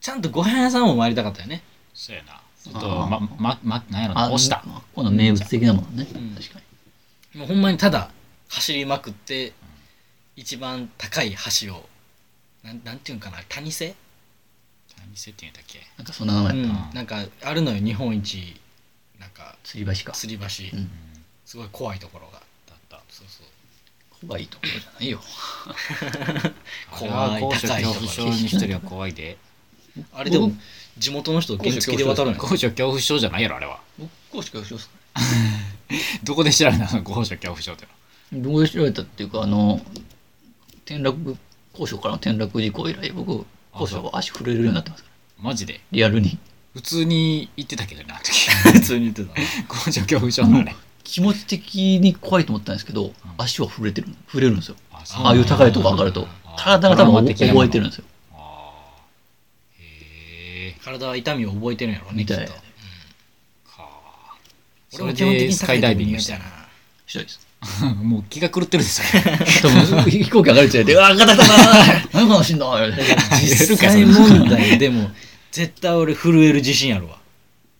Speaker 3: ちゃんとご飯屋さんも回りたかったよね
Speaker 2: そうやな
Speaker 1: あ
Speaker 2: ち
Speaker 1: ー
Speaker 2: ょっとまままなんやろな
Speaker 1: あ
Speaker 2: 押した。
Speaker 1: この名物的なものね。
Speaker 3: うん
Speaker 1: 確かに。
Speaker 3: もうほんまにただ走りまくって一番高い橋をなんなんていうんかな谷瀬、
Speaker 2: 何せって言うんだっけ
Speaker 1: なんかそんな名前
Speaker 3: う
Speaker 1: や
Speaker 3: ん
Speaker 1: ったな。
Speaker 3: なんかあるのよ日本一なんか
Speaker 1: 吊り橋か。
Speaker 3: 吊り橋、
Speaker 1: うん
Speaker 2: うん
Speaker 3: すごい怖いところが
Speaker 2: だった
Speaker 3: そうそう
Speaker 1: 怖いところじゃないよ。
Speaker 3: 怖い
Speaker 2: 高所
Speaker 3: 高い
Speaker 2: 恐
Speaker 3: と
Speaker 2: 怖
Speaker 3: ころ
Speaker 2: 症に一人は怖い で
Speaker 3: あれでも
Speaker 1: 僕
Speaker 3: 地元の人原付で渡るの よ
Speaker 2: 高所恐怖症じゃないやろあれは
Speaker 1: 僕、こうしか後ろっすか
Speaker 2: どこで調べたの高所恐怖症っての
Speaker 1: ね。どこで調べたっていうか、あの、転落、高所からの転落事故以来、僕、高所は足震えるようになってますから。
Speaker 2: マジで
Speaker 1: リアルに。
Speaker 2: 普通に行ってたけどなあ の時
Speaker 3: 普通に言ってた
Speaker 2: 高所恐怖症のあれ
Speaker 1: 気持ち的に怖いと思ったんですけど、足は震えてる、震えるんですよ。
Speaker 2: あそ
Speaker 1: ああいう高いとこ上がると
Speaker 2: あ。ー
Speaker 1: 体が多
Speaker 2: トラウマ
Speaker 1: 分
Speaker 2: 的なもの
Speaker 1: 覚えてるんですよ。
Speaker 2: あーへえ
Speaker 3: 体は痛みを覚えてるんやろうね
Speaker 1: み
Speaker 3: き
Speaker 1: た
Speaker 3: っ
Speaker 1: い
Speaker 3: と、う
Speaker 1: や
Speaker 3: ん
Speaker 1: ね
Speaker 2: か
Speaker 3: 俺
Speaker 2: そ
Speaker 3: も
Speaker 2: れ
Speaker 3: 基本的
Speaker 2: で
Speaker 3: に
Speaker 2: スカイダイビングしたた
Speaker 3: いな
Speaker 1: ひどいです。
Speaker 2: なもう気が狂って るんですよ
Speaker 1: 多分、飛行機上がるって言われて、うわー、ガタガタガタ何この振動言われて
Speaker 3: 実際問題でも絶対俺震える自信あるわ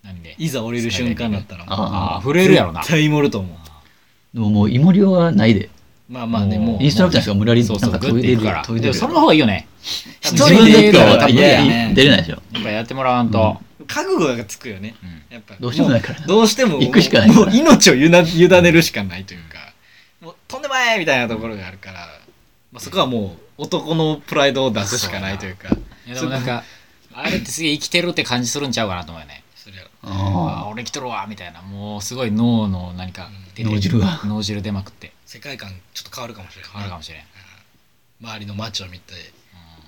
Speaker 2: 何で
Speaker 3: いざ降りる瞬間だったらもう
Speaker 1: あ
Speaker 2: ああ震えるやろな
Speaker 3: 絶対盛ると思う
Speaker 1: でももう、イモリオはないで。
Speaker 3: まあまあねもう
Speaker 1: インストラクターしか無理やり、
Speaker 2: そ
Speaker 1: な
Speaker 2: うそ
Speaker 1: ん
Speaker 2: う
Speaker 1: か
Speaker 2: グ
Speaker 1: ト
Speaker 2: ッ
Speaker 1: イ
Speaker 2: て
Speaker 1: レ
Speaker 2: 行く
Speaker 1: で
Speaker 2: から、
Speaker 1: トイ
Speaker 2: で
Speaker 1: レ
Speaker 2: も
Speaker 1: で
Speaker 2: その方がいいよね
Speaker 3: 一
Speaker 1: 自
Speaker 3: 人
Speaker 1: 分
Speaker 3: で
Speaker 1: で行
Speaker 3: 行く
Speaker 1: く
Speaker 3: か
Speaker 1: からら
Speaker 3: 多
Speaker 1: 多分
Speaker 3: 分嫌やね
Speaker 1: 出れないですよ。
Speaker 2: やっぱやってもらわんと、
Speaker 3: 覚悟がつくよね
Speaker 2: うん
Speaker 3: やっぱ
Speaker 1: どうしてもないから
Speaker 3: うどうしても
Speaker 1: 行くしかないか
Speaker 3: も
Speaker 1: ら
Speaker 3: う命をゆな委ねるしかないというかもうとんでもないみたいなところがあるから、まあ、そこはもう男のプライドを出すしかないというか
Speaker 2: いやでもなんかあれってすげえ生きてるって感じするんちゃうかなと思うよね
Speaker 3: それは
Speaker 2: ああ
Speaker 1: あ
Speaker 2: 俺生きとるわみたいなもうすごい脳の何か出て
Speaker 1: 脳汁が
Speaker 2: 脳汁出まくって
Speaker 3: 世界観ちょっと変わるかもしれない
Speaker 2: 変わるかもしれん、
Speaker 3: 周りの街を見て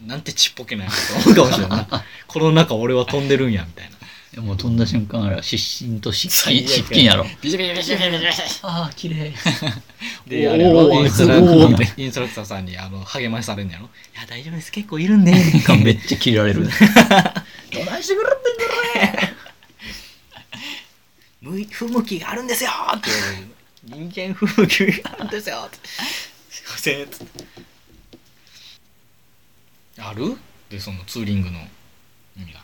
Speaker 2: う
Speaker 3: なんてちっぽけなやつと思うかもしれない この中俺は飛んでるんやみたいな
Speaker 1: あ。もう飛んだ瞬間あれは失神と失
Speaker 3: 最
Speaker 1: 禁
Speaker 3: 悪
Speaker 1: 失禁やろ。
Speaker 2: ん、ビシビシビシビシビシビシ
Speaker 1: ああ、綺麗。
Speaker 3: で
Speaker 2: おー
Speaker 3: あれやろインストラクタ
Speaker 2: おーみたい
Speaker 3: ーインストラクターさんにあの励ましされるんやろいや大丈夫です結構いるんでみたいな
Speaker 1: めっちゃ切られる。どないしてくれってんだ
Speaker 3: 向い不向きがあるんですよって言われる人間不向きがあるんですよってすいませんつってあるでそのツーリングの
Speaker 2: 意味が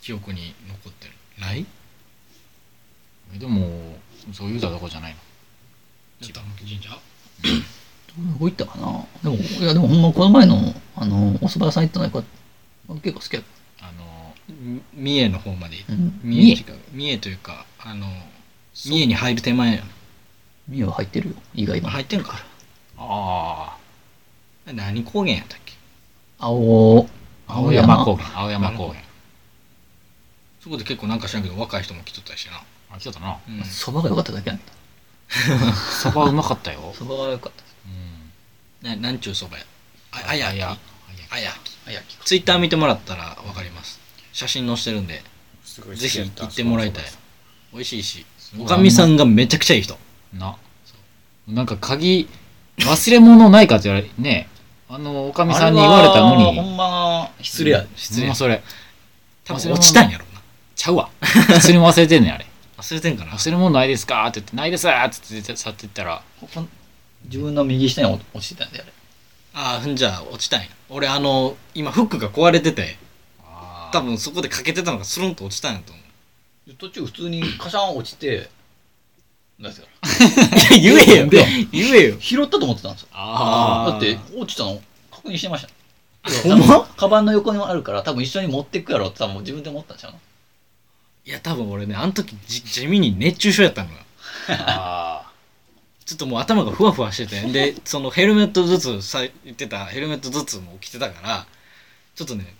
Speaker 3: 記憶に残ってるない
Speaker 2: えでもそういうたとこじゃないの
Speaker 3: 玉木神社
Speaker 1: どこ行ったかなでもいやでもほんまこの前のあのおそば屋さん行ったのよかった結構好きやっ、
Speaker 3: あのみ三重の方まで行った
Speaker 1: うん、
Speaker 3: 三重
Speaker 1: 三
Speaker 3: 違う三重というかあの三重に入る手前や
Speaker 1: 重は入ってるよ意外
Speaker 3: 今
Speaker 1: に
Speaker 3: 入ってんか
Speaker 2: あ
Speaker 3: 何高原やったっけ
Speaker 1: 青
Speaker 2: あ青山
Speaker 1: 原
Speaker 2: 高原青山高原
Speaker 3: そこで結構なんか知らんけど若い人も来とったりしてな、
Speaker 2: あ来ちゃったな
Speaker 3: うん
Speaker 1: そばが良かっただけなんだ
Speaker 2: そばうまかったよ、
Speaker 1: そばが良かった
Speaker 2: うん、
Speaker 3: ななんちゅうそばやああや
Speaker 2: あ
Speaker 3: き
Speaker 2: や
Speaker 3: あやき
Speaker 1: あやき
Speaker 3: ツイッター見てもらったらわかります写真載してるんです
Speaker 4: ごい好
Speaker 3: ぜ
Speaker 4: き
Speaker 3: ひ
Speaker 4: やっ
Speaker 3: 行ってもらいたい
Speaker 4: そう
Speaker 3: 美味しいし
Speaker 2: う
Speaker 3: おかみさんがめちゃくちゃいい人
Speaker 2: ななんか鍵忘れ物ないかって言われねあのおかみさんに言われたの
Speaker 1: あれはほ
Speaker 2: に
Speaker 1: んま
Speaker 3: 失礼や失
Speaker 2: 失
Speaker 3: 礼
Speaker 2: 礼
Speaker 3: や
Speaker 2: それ
Speaker 3: 多分落ちたんやろうな
Speaker 2: ちゃうわ普通に忘れてんねんあれ
Speaker 3: 忘れてんかな
Speaker 2: 忘れ物ないですかって言ってないですーって言って去ってったら
Speaker 1: ここ自分の右下に落落ちてたんだよあれ
Speaker 3: ああふんじゃあ落ちたんや俺あの今フックが壊れてて多
Speaker 2: 多
Speaker 3: 分そこで欠けてたのがスルンと落ちたんや と思う
Speaker 1: 途中普通にカシャン落ちてなんですよ
Speaker 3: 言えよ
Speaker 1: で
Speaker 3: 言えよ
Speaker 1: 拾ったと思ってたんですよ
Speaker 2: あ
Speaker 1: だって落ちたの確認してました
Speaker 3: ほんま
Speaker 1: カバンの横にもあるから多分一緒に持ってくやろって多分自分で持ったんちゃうの
Speaker 3: いや多分俺ねあの時じ地味に熱中症やったのよ
Speaker 2: あ
Speaker 3: ちょっともう頭がふわふわしててでそのヘルメットずつさ言ってたヘルメットずつも着てたからちょっとね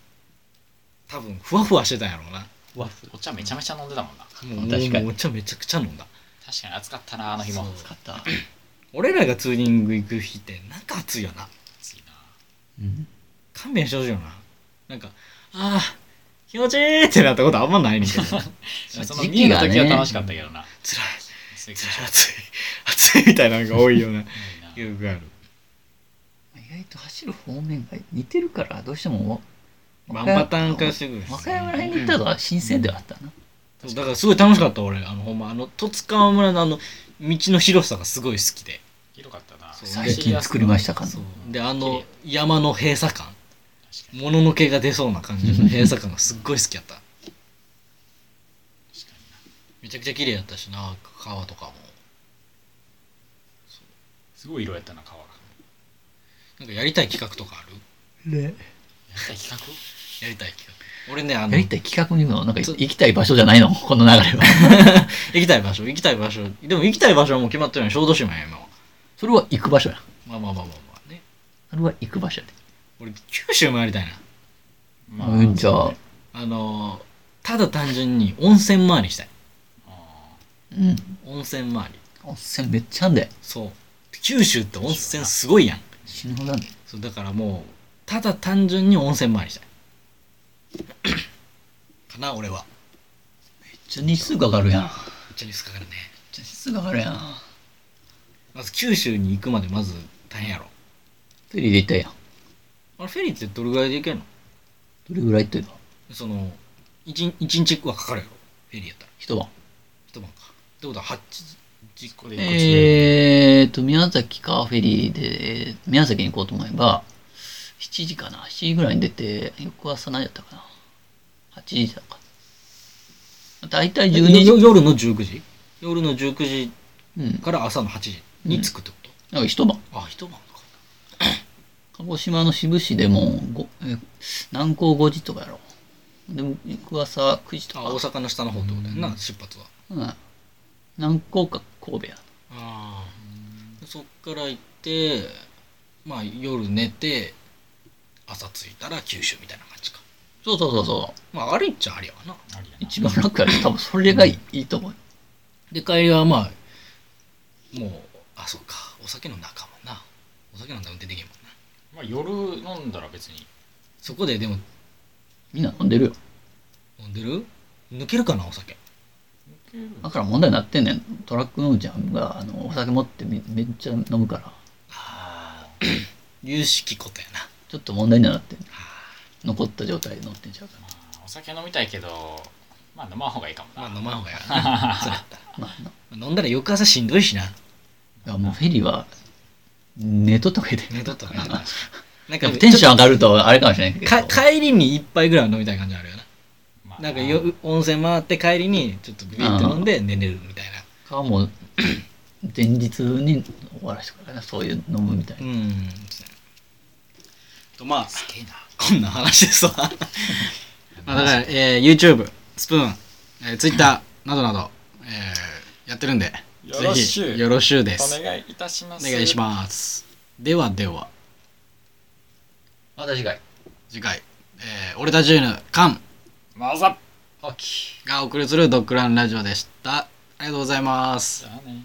Speaker 3: 多分ふわふわしてたんやろうな
Speaker 1: ワッフル
Speaker 2: お茶めちゃめちゃ飲んでたもんな
Speaker 3: もう
Speaker 1: 確かに
Speaker 3: もうお茶めちゃくちゃ飲んだ
Speaker 2: 確かに暑かったなあの日も
Speaker 3: そう
Speaker 1: 使った、
Speaker 3: 俺らがツーリング行く日ってなんか暑いよな
Speaker 2: 暑いな
Speaker 3: 勘弁してほしいよななんかああ気持ちいいってなったことあんまないねんけど 辛い
Speaker 1: まあ
Speaker 2: その
Speaker 1: 時
Speaker 2: 見
Speaker 1: 期
Speaker 2: え
Speaker 1: が
Speaker 2: た
Speaker 1: ね
Speaker 2: 時は楽しかったけどな暑い
Speaker 3: 辛い暑い暑いみたいなのが多 いよね
Speaker 2: な
Speaker 3: よくある
Speaker 1: 意外と走る方面が似てるからどうしても
Speaker 3: ワンパターン化してくる
Speaker 1: 和歌山らへんに行ったのは新鮮ではあったな、
Speaker 3: そうだからすごい楽しかった俺あのほんまあの十津川村のあの道の広さがすごい好きで
Speaker 2: 広かったな
Speaker 3: そう
Speaker 1: 最近作りましたか
Speaker 3: そう
Speaker 1: の
Speaker 3: であの山の閉鎖感
Speaker 2: 確かに
Speaker 3: もののけが出そうな感じの閉鎖感がすっごい好きやった
Speaker 2: 確かにな
Speaker 3: めちゃくちゃ綺麗やったしな川とかも
Speaker 2: すごい色やったな川が
Speaker 3: なんかやりたい企画とかある
Speaker 2: やりたい企画
Speaker 3: やりたい企画俺ねあの
Speaker 1: やりたい企画にもなんか
Speaker 3: そう
Speaker 1: 行きたい場所じゃないのこの流れは
Speaker 3: 行きたい場所行きたい場所でも行きたい場所はもう決まってるのに小豆島や今は
Speaker 1: それは行く場所や
Speaker 3: まあまあまあまあまあね
Speaker 1: それは行く場所やで、
Speaker 3: 俺九州もやりたいな
Speaker 2: ま
Speaker 1: うんじゃあ、
Speaker 3: あのーただ単純に温泉回りしたい
Speaker 2: あ
Speaker 1: うん
Speaker 3: 温泉回り
Speaker 1: 温泉めっちゃあんで
Speaker 3: そう九州って温泉すごいやん
Speaker 1: 死ぬほどあんで
Speaker 3: そうだからもうただ単純に温泉回りしたい かな俺は
Speaker 1: めっちゃ日数が上がるやんめっ
Speaker 3: めっちゃニュースかかるね
Speaker 1: ちゃ日数が上がるやん
Speaker 3: まず九州に行くまでまず大変やろ
Speaker 1: フェリーで行ったやん
Speaker 3: あれフェリーってどれぐらいで行けるの
Speaker 1: どれぐらい行ってるの
Speaker 3: その一日一日はかかるやろフェリーやったら
Speaker 1: 一晩
Speaker 3: 一晩かってことは8時これ
Speaker 2: え
Speaker 1: えーと、宮崎かフェリーで、えー宮崎に行こうと思えば、7時かな、7時ぐらいに出て、翌朝何やったかな、8時だったか。だいたい12
Speaker 3: よ
Speaker 1: 時、
Speaker 3: 夜の19時夜の19時
Speaker 1: うん、
Speaker 3: から朝の8時に着くってこと、
Speaker 1: なんか一晩。
Speaker 3: あ一晩か
Speaker 1: 鹿児島の志布志でも、ごえー南高5時とかやろ。で、翌朝9時と
Speaker 3: あ
Speaker 1: か、
Speaker 3: 大阪の下の方ってことやんな、出発は
Speaker 1: うん、南高か神戸や。
Speaker 3: ああそっから行ってまあ夜寝て朝着いたら九州みたいな感じか
Speaker 1: そうそうそうそう。
Speaker 3: まあありっちゃありやわな
Speaker 2: ありやな
Speaker 1: 一番楽やで、多分それがいい,、と思う。
Speaker 3: で帰りはまあもうあそうかお酒飲んだらあかんもんなお酒飲んだら運転できんも
Speaker 2: ま
Speaker 3: んな
Speaker 2: あ、夜飲んだら別に
Speaker 3: そこででも
Speaker 1: みんな飲んでるよ。
Speaker 3: 飲んでる抜けるかなお酒
Speaker 1: だから問題になってんねんトラックのおちゃんがあのお酒持ってめめっちゃ飲むから
Speaker 2: あ
Speaker 3: 有識ことやな
Speaker 1: ちょっと問題にはなってんねん残った状態で乗ってんちゃうか
Speaker 2: ーお酒飲みたいけどまあ飲まん方がいいかも
Speaker 3: ま
Speaker 2: な、
Speaker 3: あ飲まんほうがいいわ なそうやったら
Speaker 1: らまあな
Speaker 3: 飲んだら翌朝しんどいしな
Speaker 1: だからもうフェリーは寝とったけで
Speaker 3: 寝とったら ななん
Speaker 1: やっぱテンション上
Speaker 3: が
Speaker 1: がるとあれかもしれないけど
Speaker 3: か帰りに一杯ぐらいは飲みたい感じあるよな
Speaker 2: まあ
Speaker 3: なんかよ温泉回って帰りにちょっとビビって飲んで寝れるみたいな
Speaker 1: 川も前日に終わらせてからねそういう飲むみたいうな、
Speaker 5: んとまあこんな話ですわ
Speaker 3: まあ、だから、えー YouTube、スプーン、えー Twitter などなど、えーやってるんで、
Speaker 2: よろしゅう
Speaker 3: ぜひよろしゅうです。
Speaker 2: お願いいたしま
Speaker 3: お
Speaker 2: す
Speaker 3: 願いします。ではでは、
Speaker 1: また次回
Speaker 3: 次回、えー俺たちゅうぬ、カン
Speaker 2: まざ
Speaker 1: 秋
Speaker 3: がお送りするドッグランラジオでした。ありがとうございます
Speaker 2: じ。ゃあね